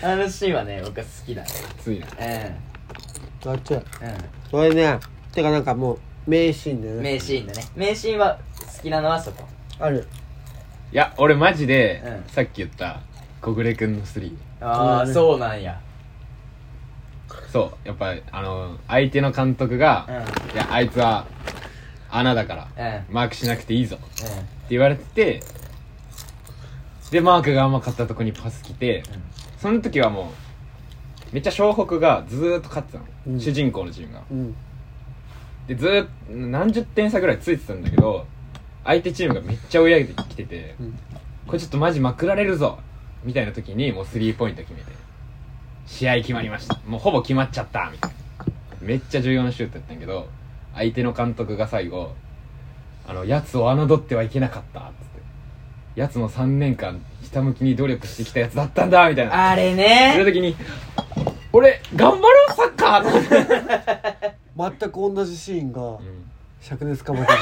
Speaker 2: あのシーンはね僕は好きだね
Speaker 3: ついな
Speaker 1: あっちゃ
Speaker 2: うんうん
Speaker 1: それねてかなんかもう名シーンだよね
Speaker 2: 名シーンだね名シーンは好きなのはそこ
Speaker 1: ある
Speaker 3: いや俺マジで、
Speaker 2: うん
Speaker 3: さっき言った小暮君のスリー
Speaker 2: ああ、
Speaker 1: うん
Speaker 2: そうなんや
Speaker 3: そうやっぱあの相手の監督が、
Speaker 2: うんうん
Speaker 3: いやあいつは穴だから、
Speaker 2: うん
Speaker 3: マークしなくていいぞって言われててでマークが甘かったとこにパス来て、その時はもうめっちゃ湘北がずーっと勝ってたの、
Speaker 1: うん
Speaker 3: 主人公のチームが
Speaker 1: うん
Speaker 3: でずーっと何十点差ぐらいついてたんだけど相手チームがめっちゃ追い上げてきてて、
Speaker 1: うん
Speaker 3: これちょっとマジまくられるぞみたいな時にもうスリーポイント決めて試合決まりましたもうほぼ決まっちゃったみたいなめっちゃ重要なシュートやったんやけど相手の監督が最後「あのやつを侮ってはいけなかった」っつって「やつも3年間ひたむきに努力してきたやつだったんだ」みたいな
Speaker 2: あれ
Speaker 3: その
Speaker 2: ね
Speaker 3: 時に「俺頑張ろうサッカー!」って、
Speaker 1: 全く同じシーンが
Speaker 3: うん
Speaker 1: 灼熱かまたね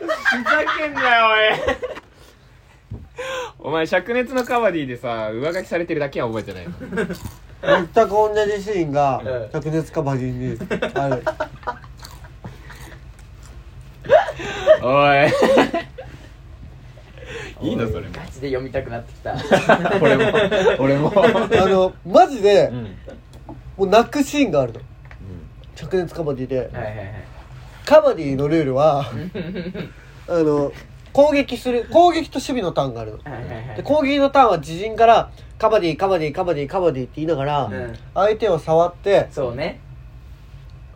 Speaker 3: ふざけんなよおいお前灼熱のカバディでさ上書きされてるだけは覚えてないの
Speaker 1: 全く同じシーンが
Speaker 2: うん
Speaker 1: 灼熱かまじにある
Speaker 3: お いいいのそれも
Speaker 2: ガチで読みたくなってきた
Speaker 3: 俺も俺も
Speaker 1: あのマジで
Speaker 3: うん、うん、
Speaker 1: もう泣くシーンがあるの灼熱カバディで
Speaker 2: はいはいはい
Speaker 1: カバディのルールはあの攻撃する攻撃と守備のターンがあるの
Speaker 2: はいはいはい
Speaker 1: で攻撃のターンは自陣からカバディカバディカバディカバディって言いながら、
Speaker 2: うん
Speaker 1: 相手を触って
Speaker 2: そうね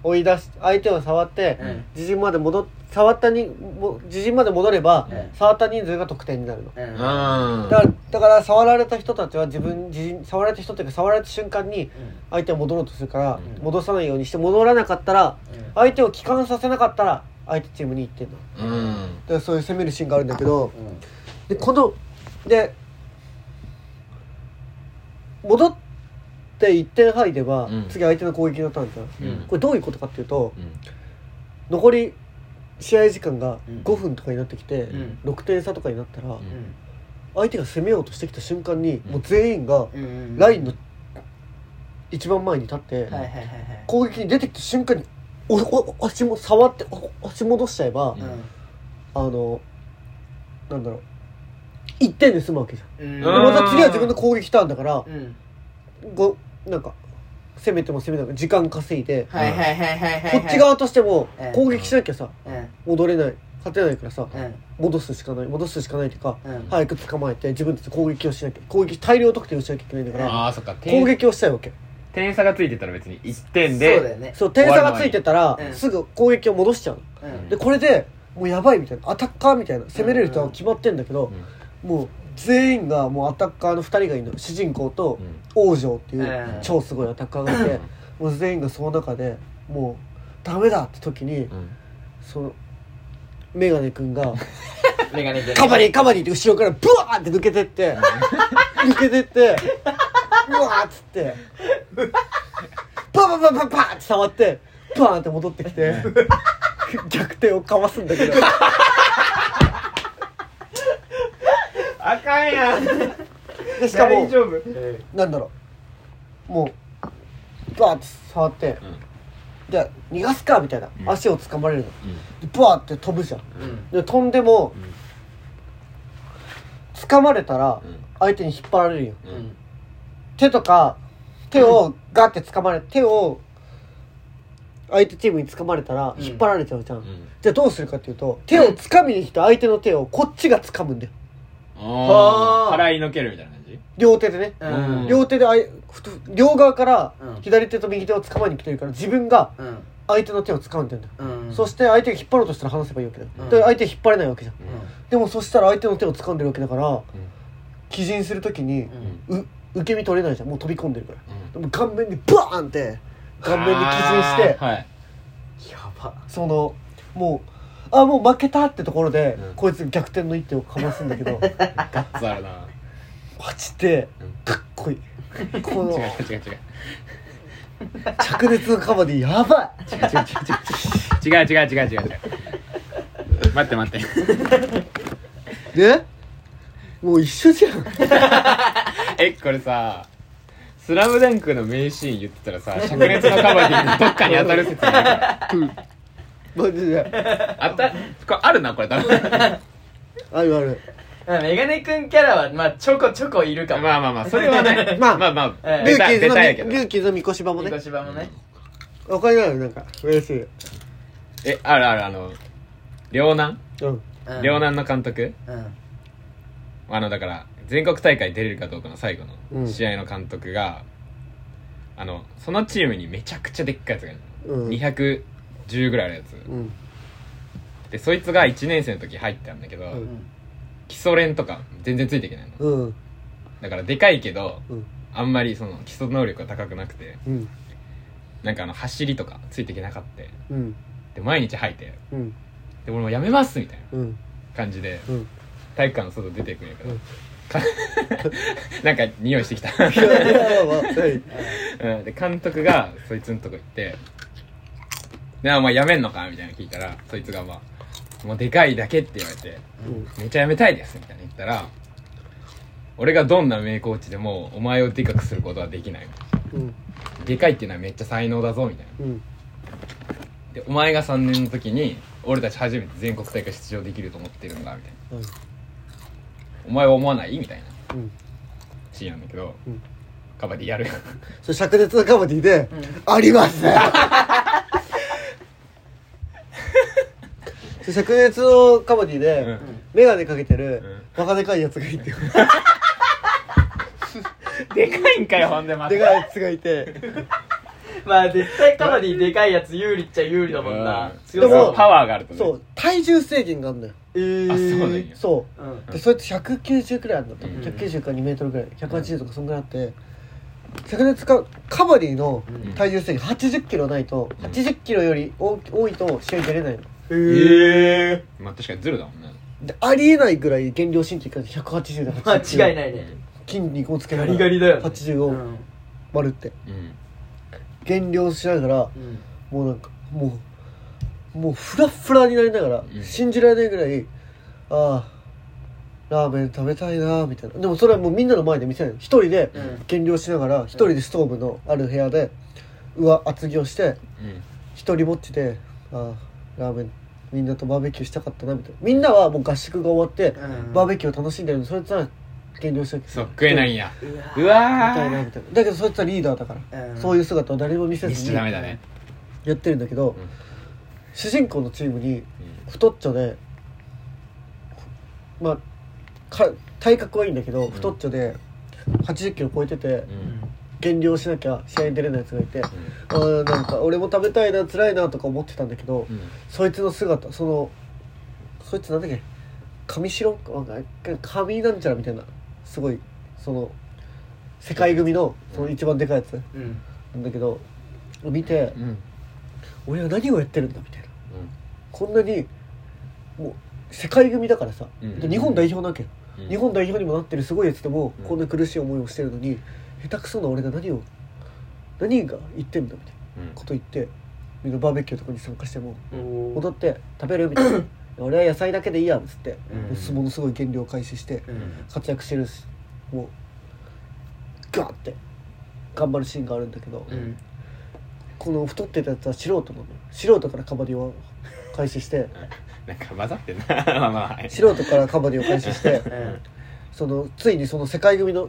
Speaker 1: 追い出し相手を触って、
Speaker 2: うん
Speaker 1: 自陣まで戻っ触ったにも自陣まで戻れば、
Speaker 2: うん
Speaker 1: 触った人数が得点になるの
Speaker 2: うん
Speaker 3: うん
Speaker 1: だからだから触られた人たちは自分自陣触られた人っていうか触られた瞬間に
Speaker 2: うん
Speaker 1: 相手は戻ろうとするから、
Speaker 2: うん
Speaker 1: 戻さないようにして戻らなかったら
Speaker 2: うん
Speaker 1: 相手を帰還させなかったら相手チームに1点だだ
Speaker 3: うん
Speaker 1: からそういう攻めるシーンがあるんだけど、
Speaker 2: うん
Speaker 1: でこので戻って1点入れば、
Speaker 3: うん
Speaker 1: 次相手の攻撃のターンじゃん
Speaker 3: うん
Speaker 1: これどういうことかっていうと
Speaker 3: うん
Speaker 1: 残り試合時間が
Speaker 2: うん
Speaker 1: 5分とかになってきて、
Speaker 2: ん
Speaker 1: 6点差とかになったら、
Speaker 3: ん
Speaker 2: うん
Speaker 1: 相手が攻めようとしてきた瞬間に、
Speaker 3: うん
Speaker 1: もう全員が
Speaker 2: うんうん
Speaker 1: ラインの一番前に立って、
Speaker 2: はいはいはいはい
Speaker 1: 攻撃に出てきた瞬間におおお足も触ってお押し戻しちゃえば、
Speaker 3: うん
Speaker 1: あのなんだろう1点で済むわけじゃん。
Speaker 2: うん
Speaker 3: で
Speaker 1: でまた次は自分の攻撃ターンだから
Speaker 2: うん
Speaker 1: ごなんか攻めても攻めても時間稼いで、
Speaker 2: はいはいはいはいはい
Speaker 1: こっち側としても
Speaker 2: うん
Speaker 1: 攻撃しなきゃさ
Speaker 2: うん
Speaker 1: 戻れない勝てないからさ、
Speaker 2: うん
Speaker 1: 戻すしかない戻すしかないっていうか、
Speaker 2: うん
Speaker 1: 早く捕まえて自分たちで攻撃をしなきゃ攻撃大量得点をしなきゃいけないんだから
Speaker 3: ああそっか
Speaker 1: 攻
Speaker 3: 点
Speaker 1: 撃をしたいわけ
Speaker 3: 点差がついてたら別に1点
Speaker 2: そうだよ
Speaker 3: で
Speaker 2: ね
Speaker 1: そう点差がついてたら、
Speaker 2: うん
Speaker 1: すぐ攻撃を戻しちゃうの
Speaker 2: う
Speaker 1: でこれでもうやばいみたいなアタッカーみたいな攻めれる人は決まってんだけど、もう全員がもうアタッカーの2人がいるの主人公と
Speaker 3: うんうん
Speaker 1: 王女っていう
Speaker 2: うん
Speaker 1: 超すごいアタッカーがいて、もう全員がその中でもうダメだって時に、
Speaker 3: うん
Speaker 1: そのメガネ君が
Speaker 2: メガネ
Speaker 1: 「
Speaker 2: で
Speaker 1: カバディカバディ」って後ろからブワーって抜けてって抜けてってブワーっつってパパパパパーって触ってバーンって戻ってきて逆転をかますんだけど
Speaker 3: あかんやん
Speaker 1: でしかも
Speaker 3: 大丈夫
Speaker 2: うん
Speaker 1: なんだろうもうバーって触ってじゃあ逃がすかみたいな
Speaker 3: うん
Speaker 1: 足を掴まれるの
Speaker 3: うん
Speaker 1: でバーって飛ぶじゃん
Speaker 2: うん
Speaker 1: で飛んでも掴まれたら
Speaker 3: うん
Speaker 1: 相手に引っ張られるよ
Speaker 3: う
Speaker 2: うんん
Speaker 1: 手とか手をガッて掴まれ手を相手チームに掴まれたら
Speaker 2: うん
Speaker 1: 引っ張られちゃうじゃん、
Speaker 3: うん
Speaker 1: じゃあどうするかっていうと手を掴みに来た相手の手をこっちが掴むんだよ
Speaker 3: あ
Speaker 2: あ
Speaker 3: あ
Speaker 2: ー
Speaker 3: 払いのけるみたいな感じ
Speaker 1: 両手でね、
Speaker 2: うん
Speaker 1: 両手であいふと両側から
Speaker 2: うん
Speaker 1: 左手と右手を掴まに来てるから自分が
Speaker 2: うん
Speaker 1: 相手の手を掴んでんだよ、
Speaker 2: うん
Speaker 1: そして相手が引っ張ろうとしたら離せばいいわけだよ、
Speaker 2: うん
Speaker 1: で相手引っ張れないわけじゃん
Speaker 2: う
Speaker 1: でもそしたら相手の手を掴んでるわけだから起陣するときに
Speaker 2: んう
Speaker 3: うん
Speaker 2: ん
Speaker 1: う受け身取れないじゃんもう飛び込んでるから
Speaker 3: うん
Speaker 1: でも顔面にバーンって顔面に起陣して
Speaker 3: あーはい
Speaker 2: やば
Speaker 1: そのもうあもう負けたってところで、
Speaker 3: うん
Speaker 1: こいつ逆転の一手をかますんだけ ど
Speaker 3: ガッツあるな
Speaker 1: マジでかっこいいこ
Speaker 3: 違う
Speaker 1: の
Speaker 3: 違う違う
Speaker 1: 灼熱のカバディやばい
Speaker 3: 違う違う違う違う違う違う違う違う違う待って 待って
Speaker 1: ねもう一緒じゃん
Speaker 3: えこれさ「スラムダンクの名シーン言ってたらさ灼熱のカバディのどっかに当たる説あるから
Speaker 1: マジで
Speaker 3: あたこれあるなこれ多分
Speaker 1: あるある
Speaker 2: まあメガネくんキャラは、まあ、ちょこちょこいるかも。
Speaker 3: まあまあまあそれはね
Speaker 1: まあ
Speaker 3: まあまあ
Speaker 2: ええ
Speaker 1: ル
Speaker 3: 出
Speaker 1: ー
Speaker 3: た
Speaker 1: キーズ
Speaker 3: 出
Speaker 1: の
Speaker 3: たやけど
Speaker 1: みルーキーズのみこしばも
Speaker 2: ニコ
Speaker 1: ね
Speaker 2: シバもね。
Speaker 1: わかりないよなんか嬉しい
Speaker 3: えあるあるあの両南
Speaker 1: うん
Speaker 2: うん
Speaker 3: 両南の監督
Speaker 2: うん。
Speaker 3: あのだから全国大会出れるかどうかの最後
Speaker 1: う
Speaker 3: の
Speaker 1: ん
Speaker 3: 試合の監督が、あのそのチームにめちゃくちゃでっかいやつがいるの、
Speaker 1: うん
Speaker 3: 210ぐらいあるやつ、
Speaker 1: うん
Speaker 3: でそいつが1年生の時入ったんだけど、
Speaker 1: うん
Speaker 3: 基礎練とか全然ついていけないの
Speaker 1: うん
Speaker 3: だからでかいけど
Speaker 1: うん
Speaker 3: あんまりその基礎能力が高くなくて
Speaker 1: うん
Speaker 3: なんかあの走りとかついていけなかった
Speaker 1: うん
Speaker 3: で毎日吐いて
Speaker 1: うん
Speaker 3: で俺もうやめますみたいな
Speaker 1: うん
Speaker 3: 感じで
Speaker 1: うん
Speaker 3: 体育館の外出ていくんやけど、
Speaker 1: うん
Speaker 3: なんか匂いし てきた
Speaker 1: いやいやまあはい
Speaker 3: うんで監督がそいつのとこ行って「でお前やめんのか?」みたいなの聞いたらそいつがまあ「もうでかいだけ」って言われて
Speaker 1: うん
Speaker 3: 「めちゃやめたいです」みたいな言ったら「俺がどんな名コーチでもお前をでかくすることはできない」
Speaker 1: うん
Speaker 3: 「でかいっていうのはめっちゃ才能だぞ」みたいな
Speaker 1: うん
Speaker 3: でお前が3年の時に俺たち初めて全国大会出場できると思ってるんだみたいな「お前は思わない?」みたいな
Speaker 1: うん
Speaker 3: シーンなんだけど、
Speaker 1: うん
Speaker 3: カバディやる
Speaker 1: それ灼熱のカバディで
Speaker 2: うん
Speaker 1: 「あり ます!」それ灼熱のカバディで、
Speaker 3: うん
Speaker 1: メガネかけてる、
Speaker 3: うん
Speaker 1: バカでかいやつがいて、
Speaker 3: でかいんかよほんでま
Speaker 1: でかいやつがいて、
Speaker 2: まあ、絶対カバディでかいやつ有利っちゃ有利だもんな。
Speaker 3: 強
Speaker 2: 強
Speaker 1: で
Speaker 2: そ。
Speaker 3: そう
Speaker 1: も
Speaker 3: パワーがあるとね
Speaker 1: そう、体重制限があるのよ。
Speaker 2: えー
Speaker 3: あそうなんや
Speaker 1: そうう。で、そいつ190くらいあるんだと。
Speaker 3: うん
Speaker 1: 190か2メートルくらい、180とかそんぐらいあって、灼熱かカバディの
Speaker 2: ん。
Speaker 1: 体重制限80キロないと、
Speaker 3: うん
Speaker 1: 80キロより多多いと試合出れないの。
Speaker 2: えー。
Speaker 3: まあ確かにズルだもんね
Speaker 1: でありえないぐらい減量身長から180で
Speaker 2: 間
Speaker 1: 80キロ
Speaker 2: 違いないね。
Speaker 1: 筋肉をつけな
Speaker 2: ガ
Speaker 1: がら
Speaker 2: リガリだよね。
Speaker 1: 80
Speaker 2: う
Speaker 1: を
Speaker 2: ん
Speaker 1: 割るって
Speaker 3: うん
Speaker 1: 減量しながら
Speaker 2: うん
Speaker 1: もうなんかもうもうフラッフラになりながら、
Speaker 3: うん
Speaker 1: 信じられないぐらいああラーメン食べたいなみたいなでもそれはもうみんなの前で見せない一人で
Speaker 2: うん
Speaker 1: 減量しながら一人でストーブのある部屋でうわ厚着をして
Speaker 3: うん
Speaker 1: 一人ぼっちでああラーメンみんなとバーベキューしたかったなみたいなみんなはもう合宿が終わって、
Speaker 2: うん
Speaker 1: バーベキューを楽しんでるのにそいつは減量してる
Speaker 3: そう食えないんや
Speaker 2: うわ
Speaker 3: う
Speaker 1: み
Speaker 3: わ
Speaker 1: たいな
Speaker 3: ー
Speaker 1: みたいなだけどそいつはリーダーだから、
Speaker 2: うん
Speaker 1: そういう姿を誰も見せ
Speaker 3: 見
Speaker 1: ず
Speaker 3: せち
Speaker 1: に
Speaker 3: ゃダメ
Speaker 1: や
Speaker 3: だね
Speaker 1: ってるんだけど、
Speaker 3: ん
Speaker 1: 主人公のチームに太っちょでまあか体格はいいんだけど
Speaker 3: ん
Speaker 1: 太っちょで80キロ超えてて
Speaker 3: うんう
Speaker 2: うんん
Speaker 1: 減量しなきゃ試合に出れないやつがいて、あーなんか俺も食べたいな辛いなとか思ってたんだけど、
Speaker 3: うん
Speaker 1: そいつの姿そのそいつなんだっけ上白上なんちゃらみたいなすごいその世界組のその一番でかいやつ
Speaker 2: うん
Speaker 1: なんだけど見て
Speaker 3: うん
Speaker 1: 俺は何をやってるんだみたいなこんなにもう世界組だからさ、
Speaker 3: うん
Speaker 1: で日本代表なわけよ、
Speaker 3: うん
Speaker 1: 日本代表にもなってるすごいやつでも、
Speaker 3: うん
Speaker 1: こんな苦しい思いをしてるのに下手くそな俺が何を何が言ってんだみたいなこと言ってみんなバーベキューとかに参加しても
Speaker 2: おー
Speaker 1: 踊って食べるみ たいな俺は野菜だけでいいやんっつって、
Speaker 2: うん
Speaker 1: 相撲のすごい減量開始して
Speaker 2: うん
Speaker 1: 活躍してるしもうガーって頑張るシーンがあるんだけど、
Speaker 2: うん
Speaker 1: この太ってたやつは素人なのよ素人からカバディを開始して
Speaker 3: なんか混ざってんな まあまあはい
Speaker 1: 素人からカバディを開始して
Speaker 2: うん
Speaker 1: そのついにその世界組の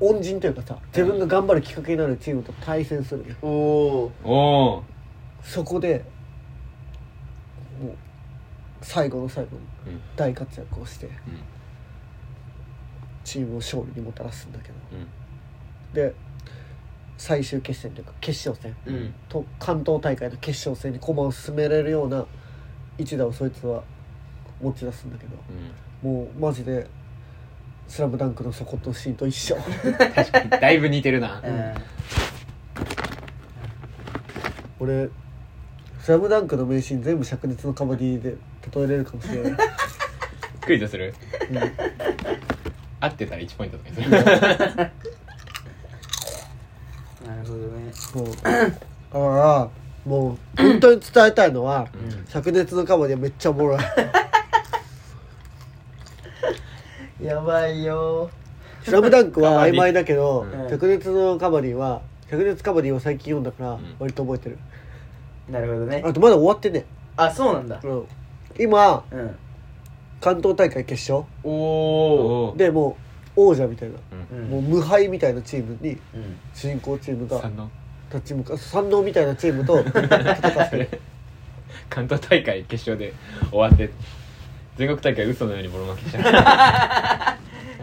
Speaker 1: 恩人というかさ自分が頑張るきっかけになるチームと対戦するのよ
Speaker 2: おー
Speaker 3: おお
Speaker 1: そこでもう最後の最後に
Speaker 3: うん
Speaker 1: 大活躍をして
Speaker 3: うん
Speaker 1: チームを勝利にもたらすんだけど
Speaker 3: うん
Speaker 1: で最終決戦というか決勝戦
Speaker 2: うん
Speaker 1: と関東大会の決勝戦に駒を進められるような一打をそいつは持ち出すんだけど
Speaker 3: う
Speaker 1: もうマジで「スラムダンクのそことシーンと一 緒
Speaker 3: ん確かにだいぶ似てるな
Speaker 2: うん
Speaker 1: 俺「スラムダンクの名シーン全部灼熱のカバディで例えれるかもしれ ない、
Speaker 3: クイズする
Speaker 1: うん
Speaker 3: 合ってたら1ポイントとかにする
Speaker 2: なるほどね
Speaker 1: もうだからもう本当に伝えたいのは「灼熱の鴨」でめっちゃおもろい
Speaker 2: やばいよ
Speaker 1: 「スラムダンクは曖昧だけど
Speaker 3: う
Speaker 1: 「
Speaker 3: ん
Speaker 1: 灼熱の鴨」には「灼熱カバディ」を最近読んだから
Speaker 3: ん
Speaker 1: 割と覚えてる
Speaker 2: なるほどね
Speaker 1: あとまだ終わってね
Speaker 2: あそうなんだ
Speaker 1: うん今
Speaker 2: うん
Speaker 1: 関東大会決勝
Speaker 2: おお
Speaker 3: おー
Speaker 1: でもう王者みたいな
Speaker 2: う
Speaker 1: もうん無敗みたいなチームに
Speaker 2: うん
Speaker 1: 主人公チームが
Speaker 3: 三の
Speaker 1: 立ち向かう山王みたいなチームと戦わせ る
Speaker 3: 関東大会決勝で終わって全国大会嘘のようにボロ負けしちゃ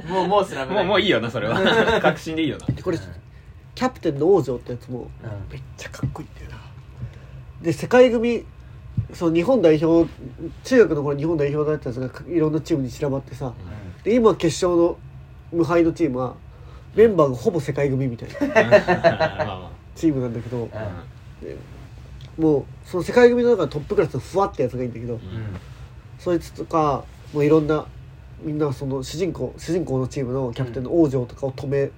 Speaker 2: もうもうスラ
Speaker 3: う
Speaker 2: ム
Speaker 3: もうもういいよなそれ は確信でいいよな
Speaker 1: でこれキャプテンの王女ってやつも
Speaker 2: うん
Speaker 1: めっちゃかっこいいんだよなで世界組そう日本代表中学の頃日本代表だったやつがいろんなチームに散らばってさで今決勝の無敗のチームはメンバーがほぼ世界組みたい な
Speaker 3: まあま
Speaker 1: チームなんだけど
Speaker 2: うん
Speaker 3: あ
Speaker 1: もうその世界組の中のトップクラスのふわってやつがいいんだけど
Speaker 2: うんうん
Speaker 1: そいつとかもういろんなみんなその主人公主人公のチームのキャプテンの王女とかを止め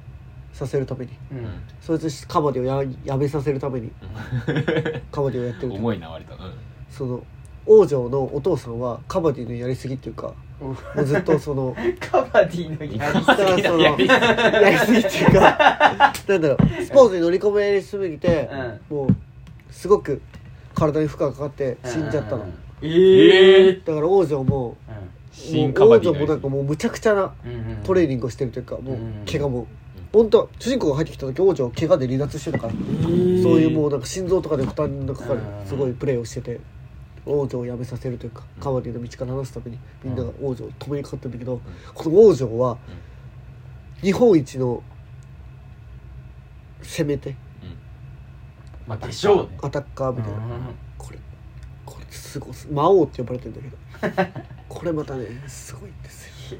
Speaker 1: させるために
Speaker 2: うん
Speaker 3: うん
Speaker 1: そいつカバディをややめさせるためにカバディをやってる
Speaker 3: うん
Speaker 1: と
Speaker 3: 重いな割とうん
Speaker 1: その王女のお父さんはカバディのやりすぎっていうか
Speaker 2: うん
Speaker 1: もうずっとその
Speaker 2: カバディのやり
Speaker 1: だからそのやりすぎっていうかなんだろうスポーツに乗り込めすぎて、もうすごく体に負荷がかかって死んじゃったの、
Speaker 2: ええ
Speaker 1: だから王女もも
Speaker 3: 新
Speaker 1: う
Speaker 3: カバ
Speaker 1: 王
Speaker 3: ディ
Speaker 1: 女
Speaker 3: の
Speaker 1: もなんかもうむちゃくちゃなトレーニングをしてるというかもう
Speaker 2: うん
Speaker 1: 怪我も本当は主人公が入ってきた時王女は怪我で離脱してたからそういうもうなんか心臓とかで負担のかかる
Speaker 2: うん
Speaker 1: すごいプレーをしてて王女を辞めさせるというかカバディの道から離すためにみんなが王女を止めにかかってるんだけどこの王女は日本一の攻め手
Speaker 2: まあでしょうね
Speaker 1: アタッカーみたいな
Speaker 2: うん
Speaker 1: これこれすごい魔王って呼ばれてるんだけど これまたねすごいんですよ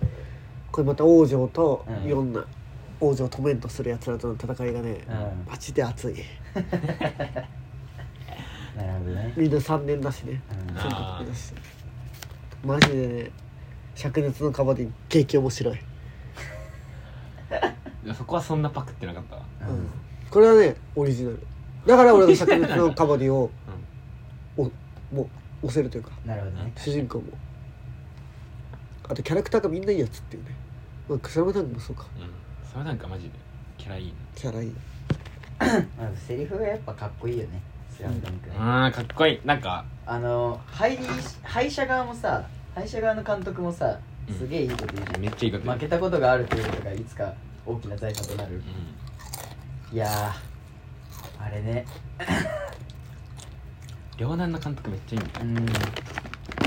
Speaker 1: これまた王女と
Speaker 2: うん
Speaker 1: いろんな王女を止めんとするやつらとの戦いがね
Speaker 2: うん
Speaker 1: マジで熱い
Speaker 2: なるほどね
Speaker 1: みんな3年だしね
Speaker 2: うん
Speaker 1: そういうことだしマジでね灼熱のカバディ激面白い、
Speaker 3: そこはそんなパクってなかったわ
Speaker 1: うんこれはねオリジナルだから俺が灼熱のカバディを、おもう押せるというか
Speaker 2: なるほどね
Speaker 1: 主人公もあとキャラクターがみんないいやつっていうねまあ草山タンクもそうか
Speaker 3: うんそれなんかマジでキャラいい
Speaker 1: キャラいい
Speaker 2: あのセリフがやっぱかっこいいよねスラムダンクね
Speaker 3: なうんかっこいいなんか
Speaker 2: あの敗敗者側もさ敗者側の監督もさ
Speaker 3: うん
Speaker 2: すげえいいこと言うじゃん
Speaker 3: めっちゃいいこと言う
Speaker 2: 負けたことがあるということがいつか大きな財産となる
Speaker 3: う
Speaker 2: いやーあれね
Speaker 3: ん両南の監督めっちゃいいんだよ
Speaker 2: う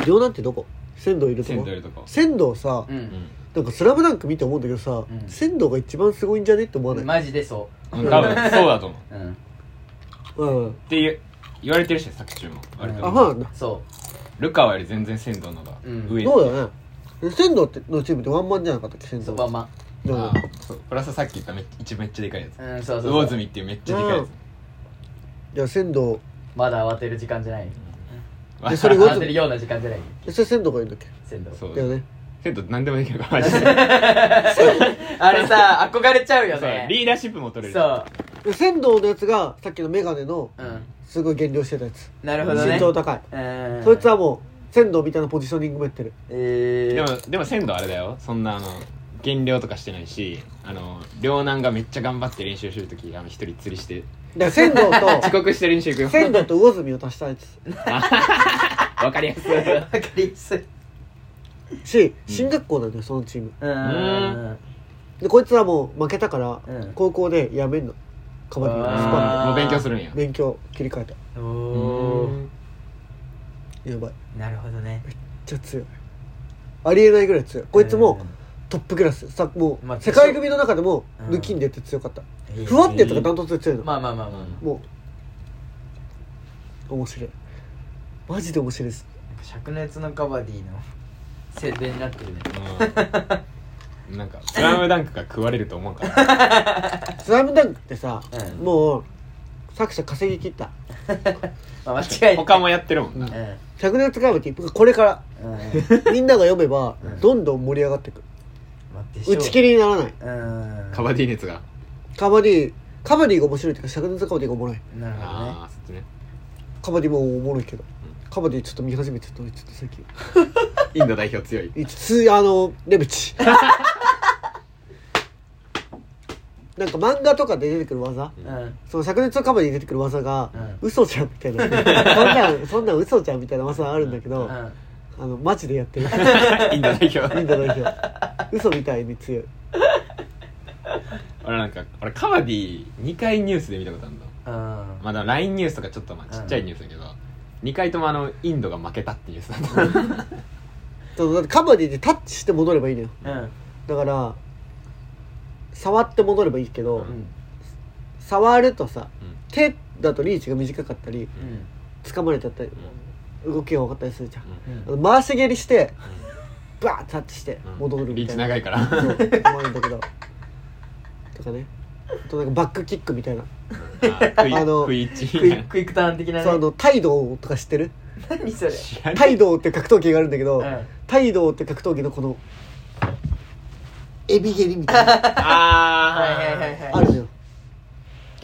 Speaker 2: ん
Speaker 1: 両なんてどこ仙道いると
Speaker 3: 仙
Speaker 1: こ
Speaker 3: 道いるとこ
Speaker 1: 仙道さ、
Speaker 2: う
Speaker 3: うんん
Speaker 1: なんか「スラムダンク見て思うんだけどさ、
Speaker 2: うん
Speaker 1: 仙道が一番すごいんじゃねって思わない、
Speaker 2: マジでそ
Speaker 3: うん多分そうだと思う
Speaker 2: ううん
Speaker 1: うん
Speaker 3: っていう言われてるし作中も割
Speaker 1: あ
Speaker 3: と
Speaker 1: そうなんだ
Speaker 2: そ
Speaker 3: ルカワより全然仙道の方が上
Speaker 1: そうだねえ仙道ってのチームってワンマンじゃなかったっけ仙
Speaker 2: う
Speaker 1: 道
Speaker 2: そばま
Speaker 1: だ
Speaker 3: あ
Speaker 1: か
Speaker 3: ープラスさっき言っためっ一めっちゃでかいやつ
Speaker 2: うんそうそう
Speaker 3: 魚
Speaker 2: そう
Speaker 3: 住っていうめっちゃでかいやつ
Speaker 1: らいや仙道
Speaker 2: まだ慌てる時間じゃない
Speaker 1: んでそれ魚住
Speaker 2: 慌てるような時間じゃない
Speaker 1: えそれ仙道がいるんだっけ
Speaker 2: 鮮度
Speaker 3: そう
Speaker 1: だよね
Speaker 3: 仙道何でもできるからマジで
Speaker 2: あれさ憧れちゃうよ
Speaker 3: そう
Speaker 2: ね
Speaker 3: リーダーシップも取れる
Speaker 2: そう
Speaker 1: で仙道のやつがさっきのメガネの
Speaker 2: うん
Speaker 1: すごい減量してたやつ、
Speaker 2: なるほどね
Speaker 1: 身長高い、
Speaker 2: うん
Speaker 1: そいつはもう仙道みたいなポジショニングもやってる
Speaker 2: え
Speaker 3: で
Speaker 2: ー
Speaker 3: もでも仙道あれだよそんなあの減量とかしてないしあの両南がめっちゃ頑張って練習してる時あの一人釣りして
Speaker 1: だから仙道
Speaker 3: 遅刻して練習行く
Speaker 1: と
Speaker 3: よ
Speaker 1: 仙道と魚住を足したやつ
Speaker 3: わかりやすい
Speaker 2: わかりやすい
Speaker 1: し進学校なんだよそのチーム
Speaker 2: うん
Speaker 1: でこいつはもう負けたから、
Speaker 2: うん
Speaker 1: 高校でやめんのカバディのスパ
Speaker 2: あー
Speaker 3: もう勉強するんや
Speaker 1: ンで勉強切り替えた
Speaker 2: お
Speaker 3: う
Speaker 2: お
Speaker 3: ん
Speaker 1: やばいめっ
Speaker 2: なるほどね
Speaker 1: ちゃ強いありえないぐらい強いこいつもトップクラスさも
Speaker 2: まあ
Speaker 1: う世界組の中でも
Speaker 2: うん
Speaker 1: 抜きんでって強かった、
Speaker 2: えー
Speaker 1: ふわってやつがダントツで強いの、
Speaker 2: まあまあまあまあ
Speaker 3: うん
Speaker 1: もう面白いマジで面白いです
Speaker 2: 灼熱のカバディの宣伝になってるね
Speaker 3: うんなんか「スラムダンクが食われると思うから
Speaker 1: 「スラムダンクってさ、
Speaker 2: うん
Speaker 1: もう作者稼ぎ切った
Speaker 2: まあ間違いない
Speaker 3: 他もやってるもんな
Speaker 1: 「灼熱カバディ」これか
Speaker 2: うんうん
Speaker 1: らみんなが読めば
Speaker 2: うん
Speaker 1: どんどん盛り上がっていく
Speaker 2: まあでしょう
Speaker 1: 打ち切りにならない
Speaker 2: うん
Speaker 3: カバディ熱が
Speaker 1: カバディカバディが面白いっていうかシャカネザカバディがおもろい
Speaker 2: なるほどね
Speaker 3: ああそっちね
Speaker 1: カバディもおもろいけど、カバディちょっと見始めちゃった俺ちょっと最近
Speaker 3: インド代表強い
Speaker 1: いつあのレベ チなんか漫画とかで出てくる技
Speaker 2: うん
Speaker 1: その灼熱のカバディに出てくる技が、
Speaker 2: うん
Speaker 1: 嘘じゃんみた いなそんなんそんなん嘘じゃんみたいな技あるんだけど、
Speaker 2: うん
Speaker 1: あのマジでやってる
Speaker 3: インド代表
Speaker 1: インド代表嘘みたいに強い
Speaker 3: 俺なんか俺カバディ2回ニュースで見たことあるの
Speaker 2: うん
Speaker 3: まあでも LINE ニュースとかちょっとまあちっちゃいニュースだけど、二2回ともあのインドが負けたっていうニュースだった
Speaker 1: そうだってカバディでタッチして戻ればいいのよ
Speaker 2: うん
Speaker 1: だから触って戻ればいいけど、
Speaker 3: う
Speaker 2: うん
Speaker 1: 触るとさ
Speaker 3: うん
Speaker 1: 手だとリーチが短かったり
Speaker 2: うん
Speaker 1: 掴まれちゃったり動きが分かったりするじゃん、
Speaker 2: うん
Speaker 1: あの回し蹴りしてバーッタッチして
Speaker 3: うん
Speaker 1: 戻る
Speaker 3: リ
Speaker 1: み
Speaker 3: ー
Speaker 1: た
Speaker 3: チ
Speaker 1: いな、
Speaker 3: 長いから
Speaker 1: そう思うんだけどとかねあとなんかバックキックみたいなあ
Speaker 3: あ
Speaker 1: の
Speaker 3: のクイッチ
Speaker 2: クイ クイックターン的なね
Speaker 1: そうあの態度とか知ってる
Speaker 2: 何それ
Speaker 3: 知らない
Speaker 1: 態度って格闘技があるんだけど、
Speaker 2: うん
Speaker 1: 態度って格闘技のこのエビ蹴りみたいな
Speaker 3: あ
Speaker 2: はいはいはいはい
Speaker 1: あるのよ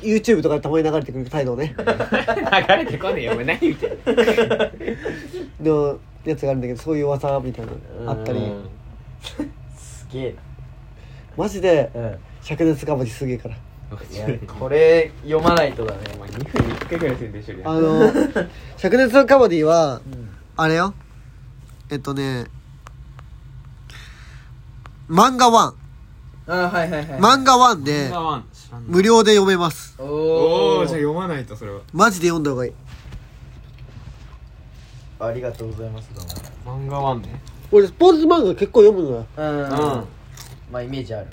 Speaker 1: YouTube とかでたまに流れてくる態度ね
Speaker 3: はい流れてこねえよお前何言ってんの
Speaker 1: のやつがあるんだけどそういう技みたいなのあったり
Speaker 3: うん
Speaker 2: すげえ
Speaker 1: マジで
Speaker 2: なうん
Speaker 1: 灼熱かばりすげえから
Speaker 2: いやこれ読まないとだね
Speaker 3: お前2分に1回ぐらいするでしょ
Speaker 1: あの 灼熱のカバディは
Speaker 2: うん
Speaker 1: あれよえっとね漫画ワン
Speaker 2: あはいはいはい
Speaker 1: 漫画ワンで無料で読めます
Speaker 2: おお
Speaker 3: 読まないとそれは
Speaker 1: マジで読んだ方がいい
Speaker 2: ありがとうございますどう
Speaker 3: 漫画ワンね
Speaker 1: 俺スポーツ漫画結構読むのよ
Speaker 2: もうんまあイメージある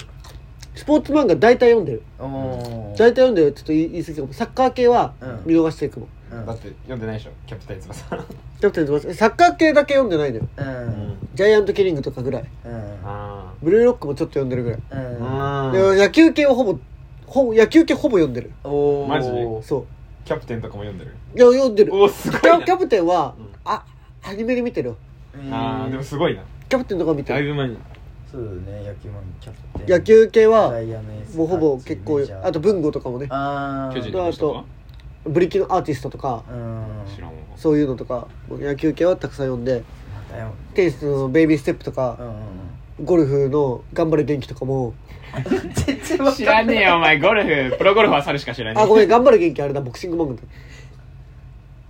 Speaker 1: スポーツ漫画大体読んでる
Speaker 2: おお
Speaker 1: 大体読んでるちょっと言い言い過ぎかもサッカー系は
Speaker 2: うん
Speaker 1: 見逃していくの、
Speaker 2: うん
Speaker 3: だって読んでないでしょキャプテン翼
Speaker 1: キャプテン翼サッカー系だけ読んでないのよ
Speaker 2: うん
Speaker 1: ジャイアントキリングとかぐらい
Speaker 2: うん
Speaker 3: あ
Speaker 1: ブルーロックもちょっと読んでるぐらい
Speaker 2: うん
Speaker 3: あ
Speaker 1: でも野球系はほぼほぼ野球系ほぼ読んでる
Speaker 2: おお
Speaker 3: マジ
Speaker 1: そ
Speaker 3: キャプテンとかも読んでる
Speaker 1: ういや読んでる
Speaker 3: おーすごい
Speaker 1: キャ
Speaker 3: な
Speaker 1: キャプテンは、
Speaker 3: うん
Speaker 1: あアニメで見てるよ
Speaker 3: あーでもすごいな
Speaker 1: キャプテンとか見て
Speaker 3: だい
Speaker 1: る
Speaker 3: ぶ前に
Speaker 2: そうだよね野球マンキャプテン
Speaker 1: 野球系は
Speaker 2: ダイヤのエース
Speaker 1: もうほぼ結構
Speaker 2: メジャー
Speaker 1: あと文豪とかもね
Speaker 2: ああ
Speaker 3: 巨人
Speaker 1: の
Speaker 3: の
Speaker 1: 人とかブリキのアーティストとか
Speaker 2: うん
Speaker 3: 知らんわ
Speaker 1: そういうのとか野球系はたくさん読んで
Speaker 2: だよ
Speaker 1: テニスのベイビーステップと
Speaker 2: う
Speaker 1: か、
Speaker 2: ん
Speaker 1: ゴルフの頑張れ元気とかも
Speaker 2: 全然わ
Speaker 3: 知
Speaker 2: からん
Speaker 3: ねえよお前ゴルフプロゴルファー猿しか知らねえ
Speaker 1: あごめん頑張れ元気あれだボクシング漫画だ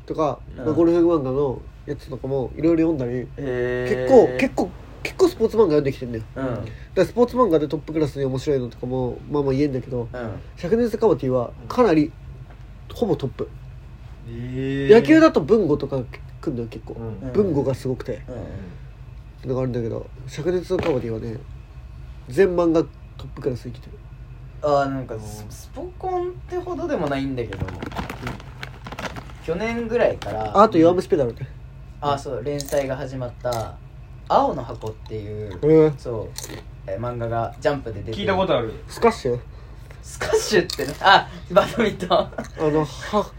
Speaker 1: とか、
Speaker 2: うん
Speaker 1: まあゴルフ漫画のやつとかもいろいろ読んだり結
Speaker 2: 結
Speaker 1: 構結構結構スポーツ漫画読んできてんだよ
Speaker 2: うんうん
Speaker 1: だからスポーツ漫画でトップクラスに面白いのとかもまあまあ言えんだけど灼熱カバティはかなりほぼトップ
Speaker 2: え
Speaker 1: 野球だと文吾とか来んだよ結構、
Speaker 3: うん
Speaker 1: 文吾がすごくて
Speaker 2: うん
Speaker 1: のがあるんだけど灼熱のカバディはね全漫画トップクラス生きてる
Speaker 2: あーなんかススポコンってほどでもないんだけど去年ぐらいから
Speaker 1: ああと弱虫ペダルね
Speaker 2: あそう連載が始まった「青の箱」っていう
Speaker 1: えー、
Speaker 2: そうえー漫画がジャンプで出てる
Speaker 3: 聞いたことある
Speaker 1: スカッシュ
Speaker 2: スカッシュってねあバドミントン
Speaker 1: あのは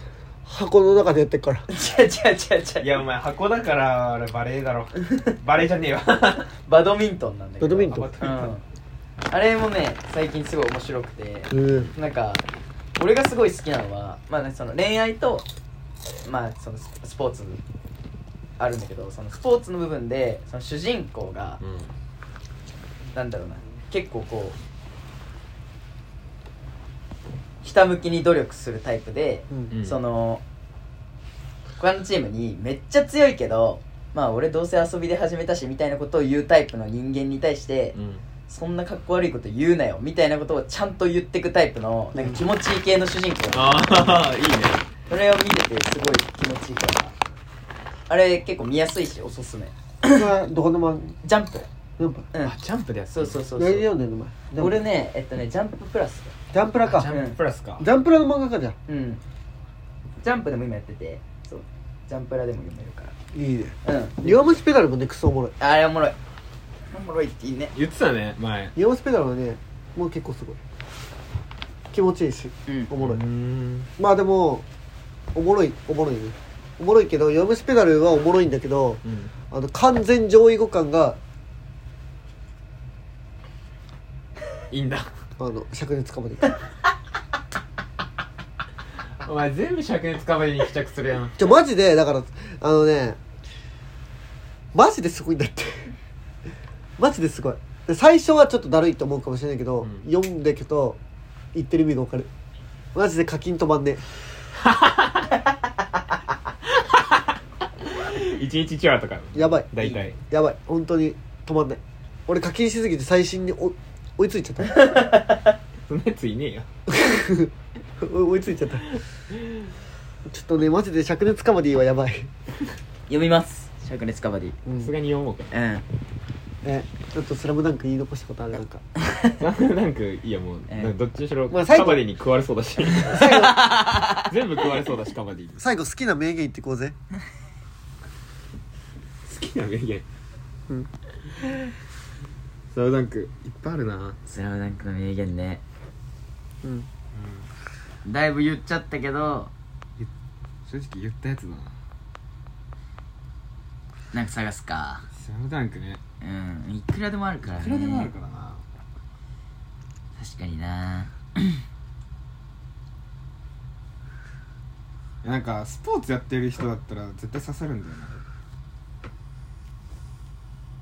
Speaker 1: 箱の中でやってるから
Speaker 2: 違う違う違う
Speaker 3: い
Speaker 2: 違う
Speaker 3: やお前箱だからあれバレーだろバレーじゃねえわ
Speaker 2: バドミントンなんだけど
Speaker 1: バドミント
Speaker 3: あ
Speaker 2: うんあれもね最近すごい面白くて
Speaker 1: うん
Speaker 2: なんか俺がすごい好きなのは、まあね、その恋愛と、まあ、そのススポーツあるんだけどそのスポーツの部分でその主人公が、なんだろうな結構こうひたむきに努力するタイプで、
Speaker 1: うん
Speaker 2: その他のチームにめっちゃ強いけどまあ俺どうせ遊びで始めたしみたいなことを言うタイプの人間に対して、そんなかっこ悪いこと言うなよみたいなことをちゃんと言ってくタイプのなんか気持ちいい系の主人公
Speaker 3: ああいいね
Speaker 2: それを見ててすごい気持ちいいからあれ結構見やすいしおすすめ
Speaker 1: これはどこの漫
Speaker 2: ジャンプ
Speaker 1: 画ジャンプ
Speaker 2: うん
Speaker 3: ジャンプでや
Speaker 2: そうそうそうそ
Speaker 1: 何で
Speaker 2: う
Speaker 1: 読んでんのお前ジャンプ
Speaker 2: 俺ねえっとねジャンププラス
Speaker 1: ジャンプラ
Speaker 3: ジ
Speaker 1: か
Speaker 3: ャンププラスか
Speaker 1: ジャンプラの漫画かじゃ
Speaker 2: うんジャンプでも今やっててそうジャンプラでも読めるか
Speaker 1: んいいね
Speaker 2: らうん
Speaker 1: 弱虫ペダルもねクソおもろい
Speaker 2: あれおもろいおもろいっていいね
Speaker 3: 言ってたね前
Speaker 1: 弱虫ペダルはねもう結構すごい気持ちいいし
Speaker 2: うん
Speaker 1: おもろい、
Speaker 3: ん
Speaker 1: まあでもおもろいおもろいねおもろいけど弱虫ペダルはおもろいんだけどあの完全上位互換が
Speaker 3: いいんだ
Speaker 1: あの灼熱かまでいく
Speaker 3: お前全部灼熱カバディに付着するやん
Speaker 1: じゃマジでだからあのねマジですごいんだって マジですごいで最初はちょっとだるいと思うかもしれないけど、
Speaker 3: うん
Speaker 1: 読んでけと言ってる意味が分かるマジで課金止まんね
Speaker 3: 1日1話とか
Speaker 1: やばい
Speaker 3: 大体
Speaker 1: やばい本当に止まんない俺課金しすぎて最新にお追いついちゃった
Speaker 3: そんなやついねえよ
Speaker 1: 追いついちゃったちょっとねマジで灼熱カバディはやばい、
Speaker 2: 読みます灼熱カバディ
Speaker 1: う
Speaker 3: さす
Speaker 1: ん、
Speaker 3: がに読もうか
Speaker 2: うん
Speaker 1: えちょっと「スラムダンク言い残したことあるなんか
Speaker 3: なんかいいやもう、
Speaker 2: ええ
Speaker 3: どっちにしろ、
Speaker 1: まあ最後
Speaker 3: カバディに食われそうだし 全部食われそうだしカバディに
Speaker 1: 最後好きな名言言ってこうぜ
Speaker 3: 好きな名言
Speaker 1: うん
Speaker 3: サウダンクいっぱいあるな
Speaker 2: スラムダンクの名言ね
Speaker 1: うん
Speaker 2: だいぶ言っちゃったけど
Speaker 3: 正直言ったやつだな
Speaker 2: なんか探すか
Speaker 3: サウダンクね
Speaker 2: うんいくらでもあるからね
Speaker 3: いくらでもあるからな
Speaker 2: 確かにな
Speaker 3: えなんかスポーツやってる人だったら絶対刺さるんだよな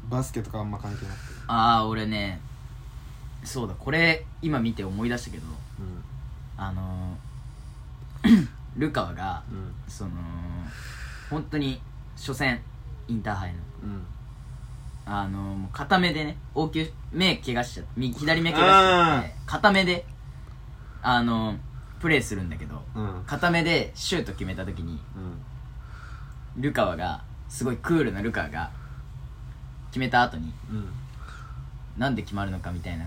Speaker 3: バスケとかあんま関係なくて
Speaker 2: ああ俺ねそうだこれ今見て思い出したけど
Speaker 3: う
Speaker 2: あのー、 ルカワが
Speaker 3: んうん
Speaker 2: その本当に初戦インターハイの
Speaker 3: うん
Speaker 2: あのもう片目でね応急目怪我しちゃって右左目怪我しちゃって片目であのプレーするんだけど
Speaker 3: うん
Speaker 2: 片目でシュート決めた時に
Speaker 3: うん
Speaker 2: ルカワがすごいクールなルカワが決めた後に
Speaker 3: うん
Speaker 2: なんで決まるのかみたいな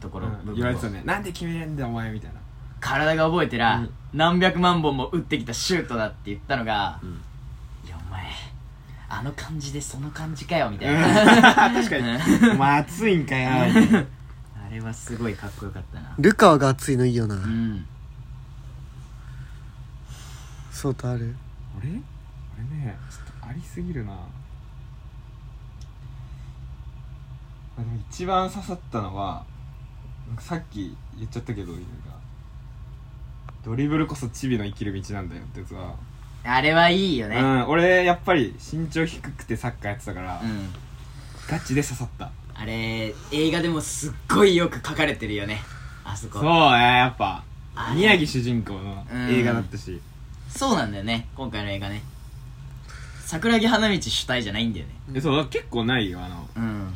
Speaker 2: ところ、
Speaker 3: うん
Speaker 2: 部分を
Speaker 3: 言われてたねなんで決めれんだお前みたいな
Speaker 2: 体が覚えてら、
Speaker 3: うん
Speaker 2: 何百万本も打ってきたシュートだって言ったのが、
Speaker 3: うん
Speaker 2: いやお前あの感じでその感じかよみたいな、
Speaker 3: 確かにお前熱いんかよ
Speaker 2: あれはすごいかっこよかったな
Speaker 1: ルカワが熱いのいいよな、
Speaker 2: うん
Speaker 1: そうとある
Speaker 3: 俺俺ねちょっとありすぎるなあの一番刺さったのはなんかさっき言っちゃったけど犬がドリブルこそチビの生きる道なんだよってやつは、
Speaker 2: あれはいいよ
Speaker 3: う
Speaker 2: ね、
Speaker 3: ん俺やっぱり身長低くてサッカーやってたから、
Speaker 2: うん
Speaker 3: ガチで刺さった
Speaker 2: あれ映画でもすっごいよく書かれてるよねあそこ
Speaker 3: そうねやっぱ
Speaker 2: あれ
Speaker 3: 宮城主人公の
Speaker 2: うん
Speaker 3: 映画だったし、
Speaker 2: そうなんだよね今回の映画ね桜木花道主体じゃないんだよね
Speaker 3: えそう結構ないよあの
Speaker 2: うん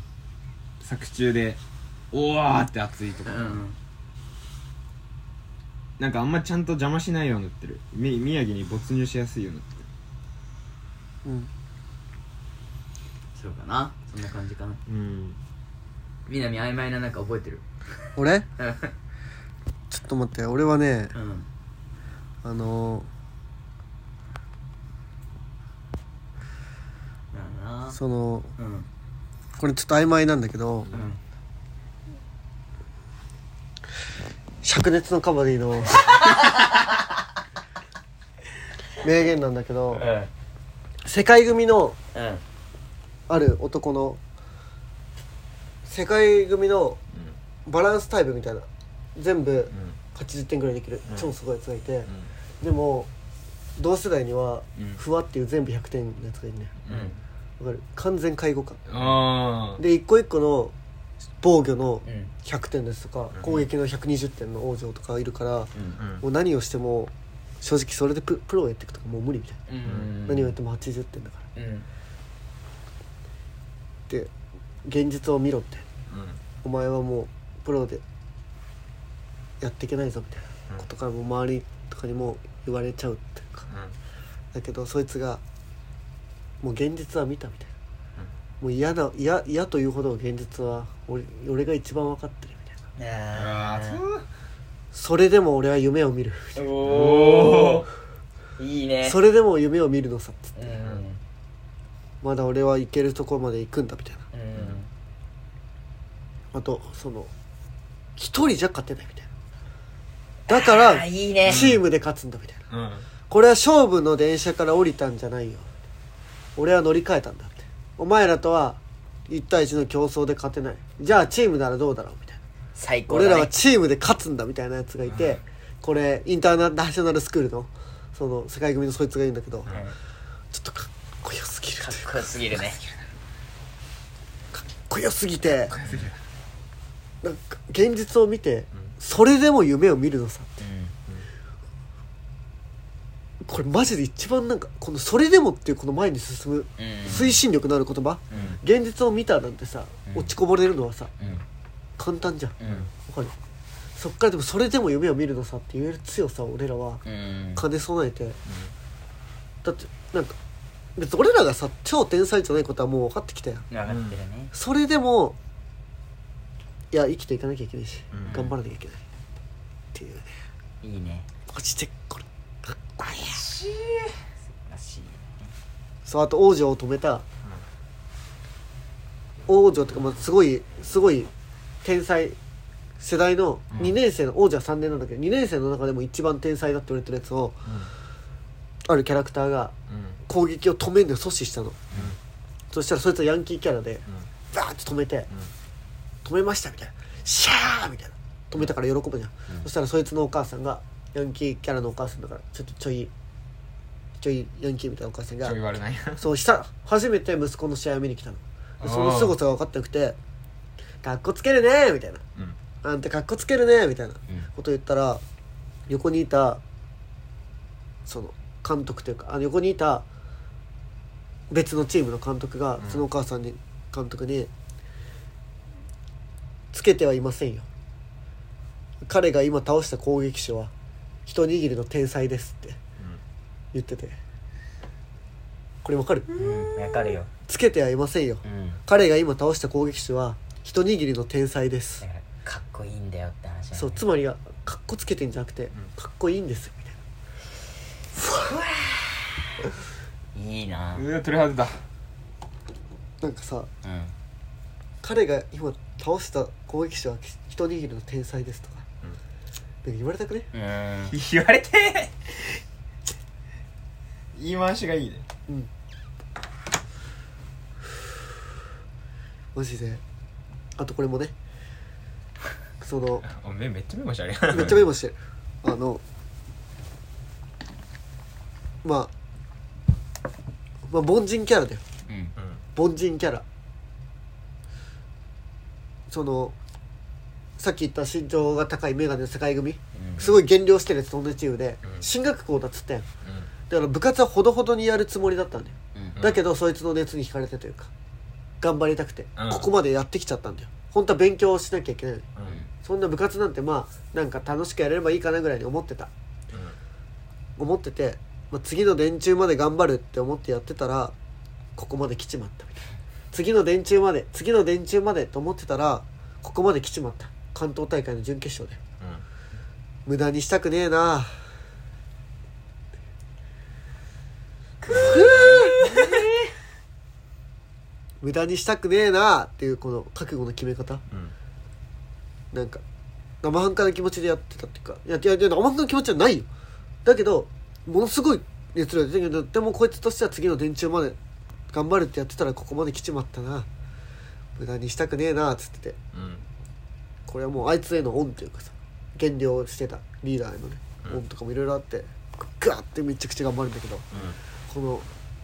Speaker 3: 作中でおわーって熱いと
Speaker 2: う
Speaker 3: か、
Speaker 2: ん
Speaker 3: なんかあんまちゃんと邪魔しないようになってるみ宮城に没入しやすいようになってる
Speaker 1: うん
Speaker 2: そうかなそんな感じかな
Speaker 3: うん
Speaker 2: 南曖昧ななんか覚え てる
Speaker 1: 俺ちょっと待って俺はね
Speaker 2: うん
Speaker 1: あの
Speaker 2: だな
Speaker 1: その
Speaker 2: うん
Speaker 1: これちょっと曖昧なんだけど
Speaker 2: うん
Speaker 1: 灼熱のカバディの 名言なんだけど世界組の
Speaker 2: うん
Speaker 1: ある男の世界組のバランスタイプみたいな全部80点ぐらいできる
Speaker 3: うん
Speaker 1: 超すごいやつがいてでも同世代には
Speaker 3: うん
Speaker 1: ふわっていう全部100点のやつがいるね
Speaker 2: うん
Speaker 1: わかる完全介護官
Speaker 3: あ
Speaker 1: で一個一個の防御の
Speaker 2: うん
Speaker 1: 100点ですとか攻撃の120点の王女とかいるから
Speaker 2: うん
Speaker 1: もう何をしても正直それでププロをやっていくとかもう無理みたいな、
Speaker 2: うん
Speaker 1: 何をやっても80点だから
Speaker 2: うん
Speaker 1: って現実を見ろってお前はもうプロでやっていけないぞみたいなことからもう周りとかにも言われちゃうっていうかだけどそいつがもう現実は見たみたいなもう嫌だ嫌嫌というほど現実は俺俺が一番分かってるみたいな
Speaker 2: あ
Speaker 1: それでも俺は夢を見る
Speaker 2: ーおおいいね
Speaker 1: それでも夢を見るのさっつって
Speaker 2: うん
Speaker 1: まだ俺は行けるところまで行くんだみたいな
Speaker 2: うん
Speaker 1: あとその一人じゃ勝てないみたいなだから
Speaker 2: あいいね
Speaker 1: チームで勝つんだみたいなこれは勝負の電車から降りたんじゃないよ俺は乗り換えたんだってお前らとは1対1の競争で勝てないじゃあチームならどうだろうみたいな
Speaker 2: 最高
Speaker 1: 俺
Speaker 2: だ
Speaker 1: らは
Speaker 2: ね
Speaker 1: チームで勝つんだみたいなやつがいて、これインターナショナルスクールのその世界組のそいつがいいんだけど、
Speaker 2: はい
Speaker 1: ちょっとかっこよすぎる
Speaker 2: か
Speaker 1: というか
Speaker 2: っこよすぎるね
Speaker 1: かっこよすぎて
Speaker 3: これすぎる
Speaker 1: なんか現実を見て、それでも夢を見るのさこれマジで一番なんかこの「それでも」っていうこの前に進む
Speaker 2: うんうん
Speaker 1: 推進力のある言葉
Speaker 2: うん
Speaker 1: 現実を見たなんてさ
Speaker 2: うん
Speaker 1: 落ちこぼれるのはさ
Speaker 2: うん
Speaker 1: 簡単じゃんわ
Speaker 2: う
Speaker 1: か
Speaker 2: ん
Speaker 1: るそっからでも「それでも夢を見るのさ」って言える強さを俺らは
Speaker 2: うん
Speaker 1: 兼ね備えてだってなんか別に俺らがさ超天才じゃないことはもう分かってきたよ
Speaker 2: 分かってるね
Speaker 1: それでもいや生きていかなきゃいけないし、
Speaker 3: うん
Speaker 1: 頑張らなきゃいけないっていうね
Speaker 2: いいね
Speaker 1: マジでこれかっこいい
Speaker 2: らしい
Speaker 1: そうあと王女を止めた、王女っていうか、まあ、すごいすごい天才世代の
Speaker 3: うん
Speaker 1: 2年生の、王女は3年なんだけど2年生の中でも一番天才だって言われてるやつをあるキャラクターが攻撃を止めるのを阻止したの、そしたらそいつはヤンキーキャラでバーッと止めて、止めましたみたいな「シャー!」みたいな止めたから喜ぶじゃん、
Speaker 3: うん
Speaker 1: そしたらそいつのお母さんがヤンキーキャラのお母さんだからちょっとちょいちょいヤンキーみたいなお母さんが
Speaker 3: ちょい悪ないな
Speaker 1: そうした初めて息子の試合を見に来たのでその凄さが分かってなくて「かっこつけるね」みたいな
Speaker 3: うん
Speaker 1: 「あんたかっこつけるね」みたいなこと言ったら横にいたその監督というかあの横にいた別のチームの監督が
Speaker 3: うん
Speaker 1: そのお母さんに監督に「つけてはいませんよ」「彼が今倒した攻撃手は一握りの天才です」って言っててこれわかる
Speaker 2: うん分かるよ
Speaker 1: つけてはいませんよ
Speaker 2: うん
Speaker 1: 彼が今倒した攻撃手は一握りの天才です
Speaker 2: だからかっこいいんだよって話だね
Speaker 1: そうつまりはかっこつけてんじゃなくてかっこいいんですみたいない
Speaker 2: いな
Speaker 3: うんうわ取り外れた
Speaker 1: なんかさ
Speaker 2: うん
Speaker 1: 彼が今倒した攻撃手は一握りの天才ですとか,、
Speaker 3: うん
Speaker 1: なんか言われたくね
Speaker 2: うん
Speaker 3: 言われて言い回しがいいね
Speaker 1: うんマジであとこれもねその
Speaker 3: あめめっちゃメモしてある
Speaker 1: めっちゃメモしてるあのまあまあ凡人キャラだよ
Speaker 2: うん
Speaker 1: 凡人キャラそのさっき言った身長が高い眼鏡の世界組すごい減量してるやつと同じチームで
Speaker 3: うん
Speaker 1: 進学校だっつったやんだから部活はほどほどにやるつもりだったんだよ
Speaker 2: うん
Speaker 1: だけどそいつの熱に惹かれてというか頑張りたくて
Speaker 3: うん
Speaker 1: ここまでやってきちゃったんだよ本当は勉強しなきゃいけないのに
Speaker 3: うんうん
Speaker 1: そんな部活なんてまあなんか楽しくやれればいいかなぐらいに思ってた思ってて、まあ、次の電柱まで頑張るって思ってやってたらここまで来ちまったみたいな次の電柱まで次の電柱までと思ってたらここまで来ちまった関東大会の準決勝で無駄にしたくねえなくぅ無駄にしたくねえなっていうこの覚悟の決め方
Speaker 3: うん
Speaker 1: なんか生半可な気持ちでやってたっていうかいやいやいや生半可な気持ちじゃないよだけどものすごい熱量で出てるけどでもこいつとしては次の電柱まで頑張るってやってたらここまで来ちまったな無駄にしたくねえなっつってて
Speaker 3: うん
Speaker 1: これはもうあいつへの恩というかさ減量してたリーダーへのね、
Speaker 3: うん
Speaker 1: 恩とかもいろいろあってガーってめちゃくちゃ頑張るんだけどこの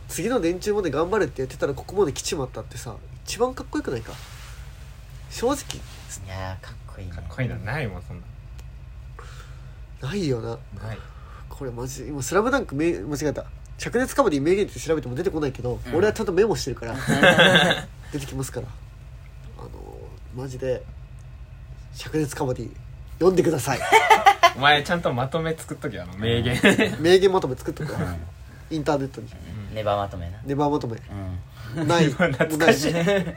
Speaker 1: 次の電柱まで頑張れってやってたらここまで来ちまったってさ一番かっこよくないか正直
Speaker 2: いやーかっこいいね
Speaker 3: かっこいいのないもんそん
Speaker 1: ないよな
Speaker 3: なない
Speaker 1: これマジで今「スラムダンクめ間違えた「灼熱カバディ名言」って調べても出てこないけど、
Speaker 2: うん
Speaker 1: 俺はちゃんとメモしてるから出てきますからあのーマジで「灼熱カバディ」読んでください
Speaker 3: お前ちゃんとまとめ作っとけあの名言
Speaker 1: 名言まとめ作っとくからインターネットに
Speaker 2: うんネバーまとめな
Speaker 1: ネバーまとめ
Speaker 2: うん
Speaker 1: ない
Speaker 3: 懐かしい
Speaker 1: ない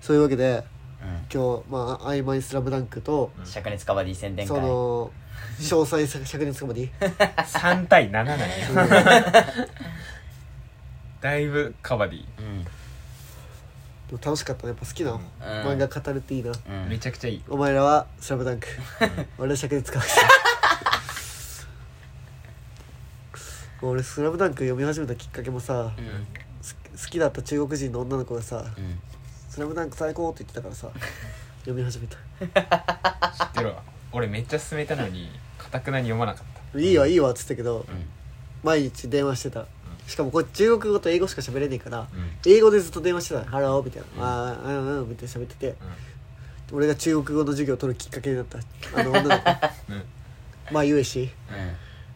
Speaker 1: そういうわけで
Speaker 2: うん
Speaker 1: 今日まあ曖昧スラムダンクと
Speaker 2: 灼熱カバディ宣伝
Speaker 1: そ
Speaker 2: 会
Speaker 1: の詳細さ灼熱カ バディ
Speaker 3: 3対7なんよだいぶカバディ
Speaker 2: うん
Speaker 1: でも楽しかったねやっぱ好きな
Speaker 2: うん
Speaker 1: 漫画語るっていいな
Speaker 2: うん
Speaker 3: めちゃくちゃいい
Speaker 1: お前らは「スラムダンク俺は灼熱カバディ もう俺「スラムダンク読み始めたきっかけもさ
Speaker 2: うん
Speaker 1: す好きだった中国人の女の子がさ
Speaker 2: うん
Speaker 1: 「スラムダンク最高って言ってたからさ読み始めた
Speaker 3: 知ってるわ俺めっちゃ勧めたのにかたくなに読まなかった
Speaker 1: 「いいわいいわ」っつったけど
Speaker 2: うん
Speaker 1: 毎日電話してたしかもこれ中国語と英語しか喋れねえから
Speaker 3: うん
Speaker 1: 英語でずっと電話してた「ハロー」みたいな「ああうんうん」みたいな喋ってて俺が中国語の授業を取るきっかけになったあの女の 子
Speaker 3: うん
Speaker 1: まあゆえし
Speaker 2: うん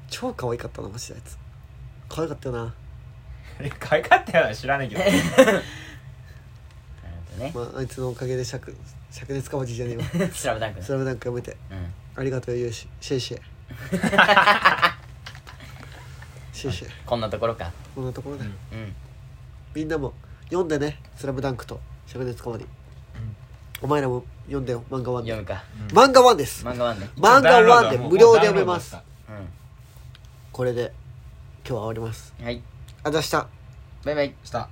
Speaker 1: 超可愛かったなマジであいつ可愛かったよな
Speaker 3: え可愛かったよな知らないけど
Speaker 2: なるほどね
Speaker 1: まああいつのおかげで灼灼熱かまじじゃねえわ
Speaker 2: スラムダンクね
Speaker 1: スラムダンクやめて
Speaker 2: うん
Speaker 1: ありがとうゆえしシェイ シェイシェイシェイ
Speaker 2: こんなところか
Speaker 1: こんなところで、
Speaker 3: うん
Speaker 2: うん
Speaker 1: みんなも読んでね「スラムダンクと「灼熱かまに」お前らも読んでよ漫画ワン
Speaker 2: 読
Speaker 1: で
Speaker 2: むか
Speaker 1: 漫画ワンです
Speaker 2: 漫画ワンね
Speaker 1: 漫画ワンで
Speaker 3: もう
Speaker 1: 無料で読めます
Speaker 3: もう
Speaker 2: う
Speaker 1: これで今日は終わります
Speaker 2: んはい
Speaker 1: あざした
Speaker 2: バイバ
Speaker 3: ダウンロー
Speaker 2: イ
Speaker 3: ドしたした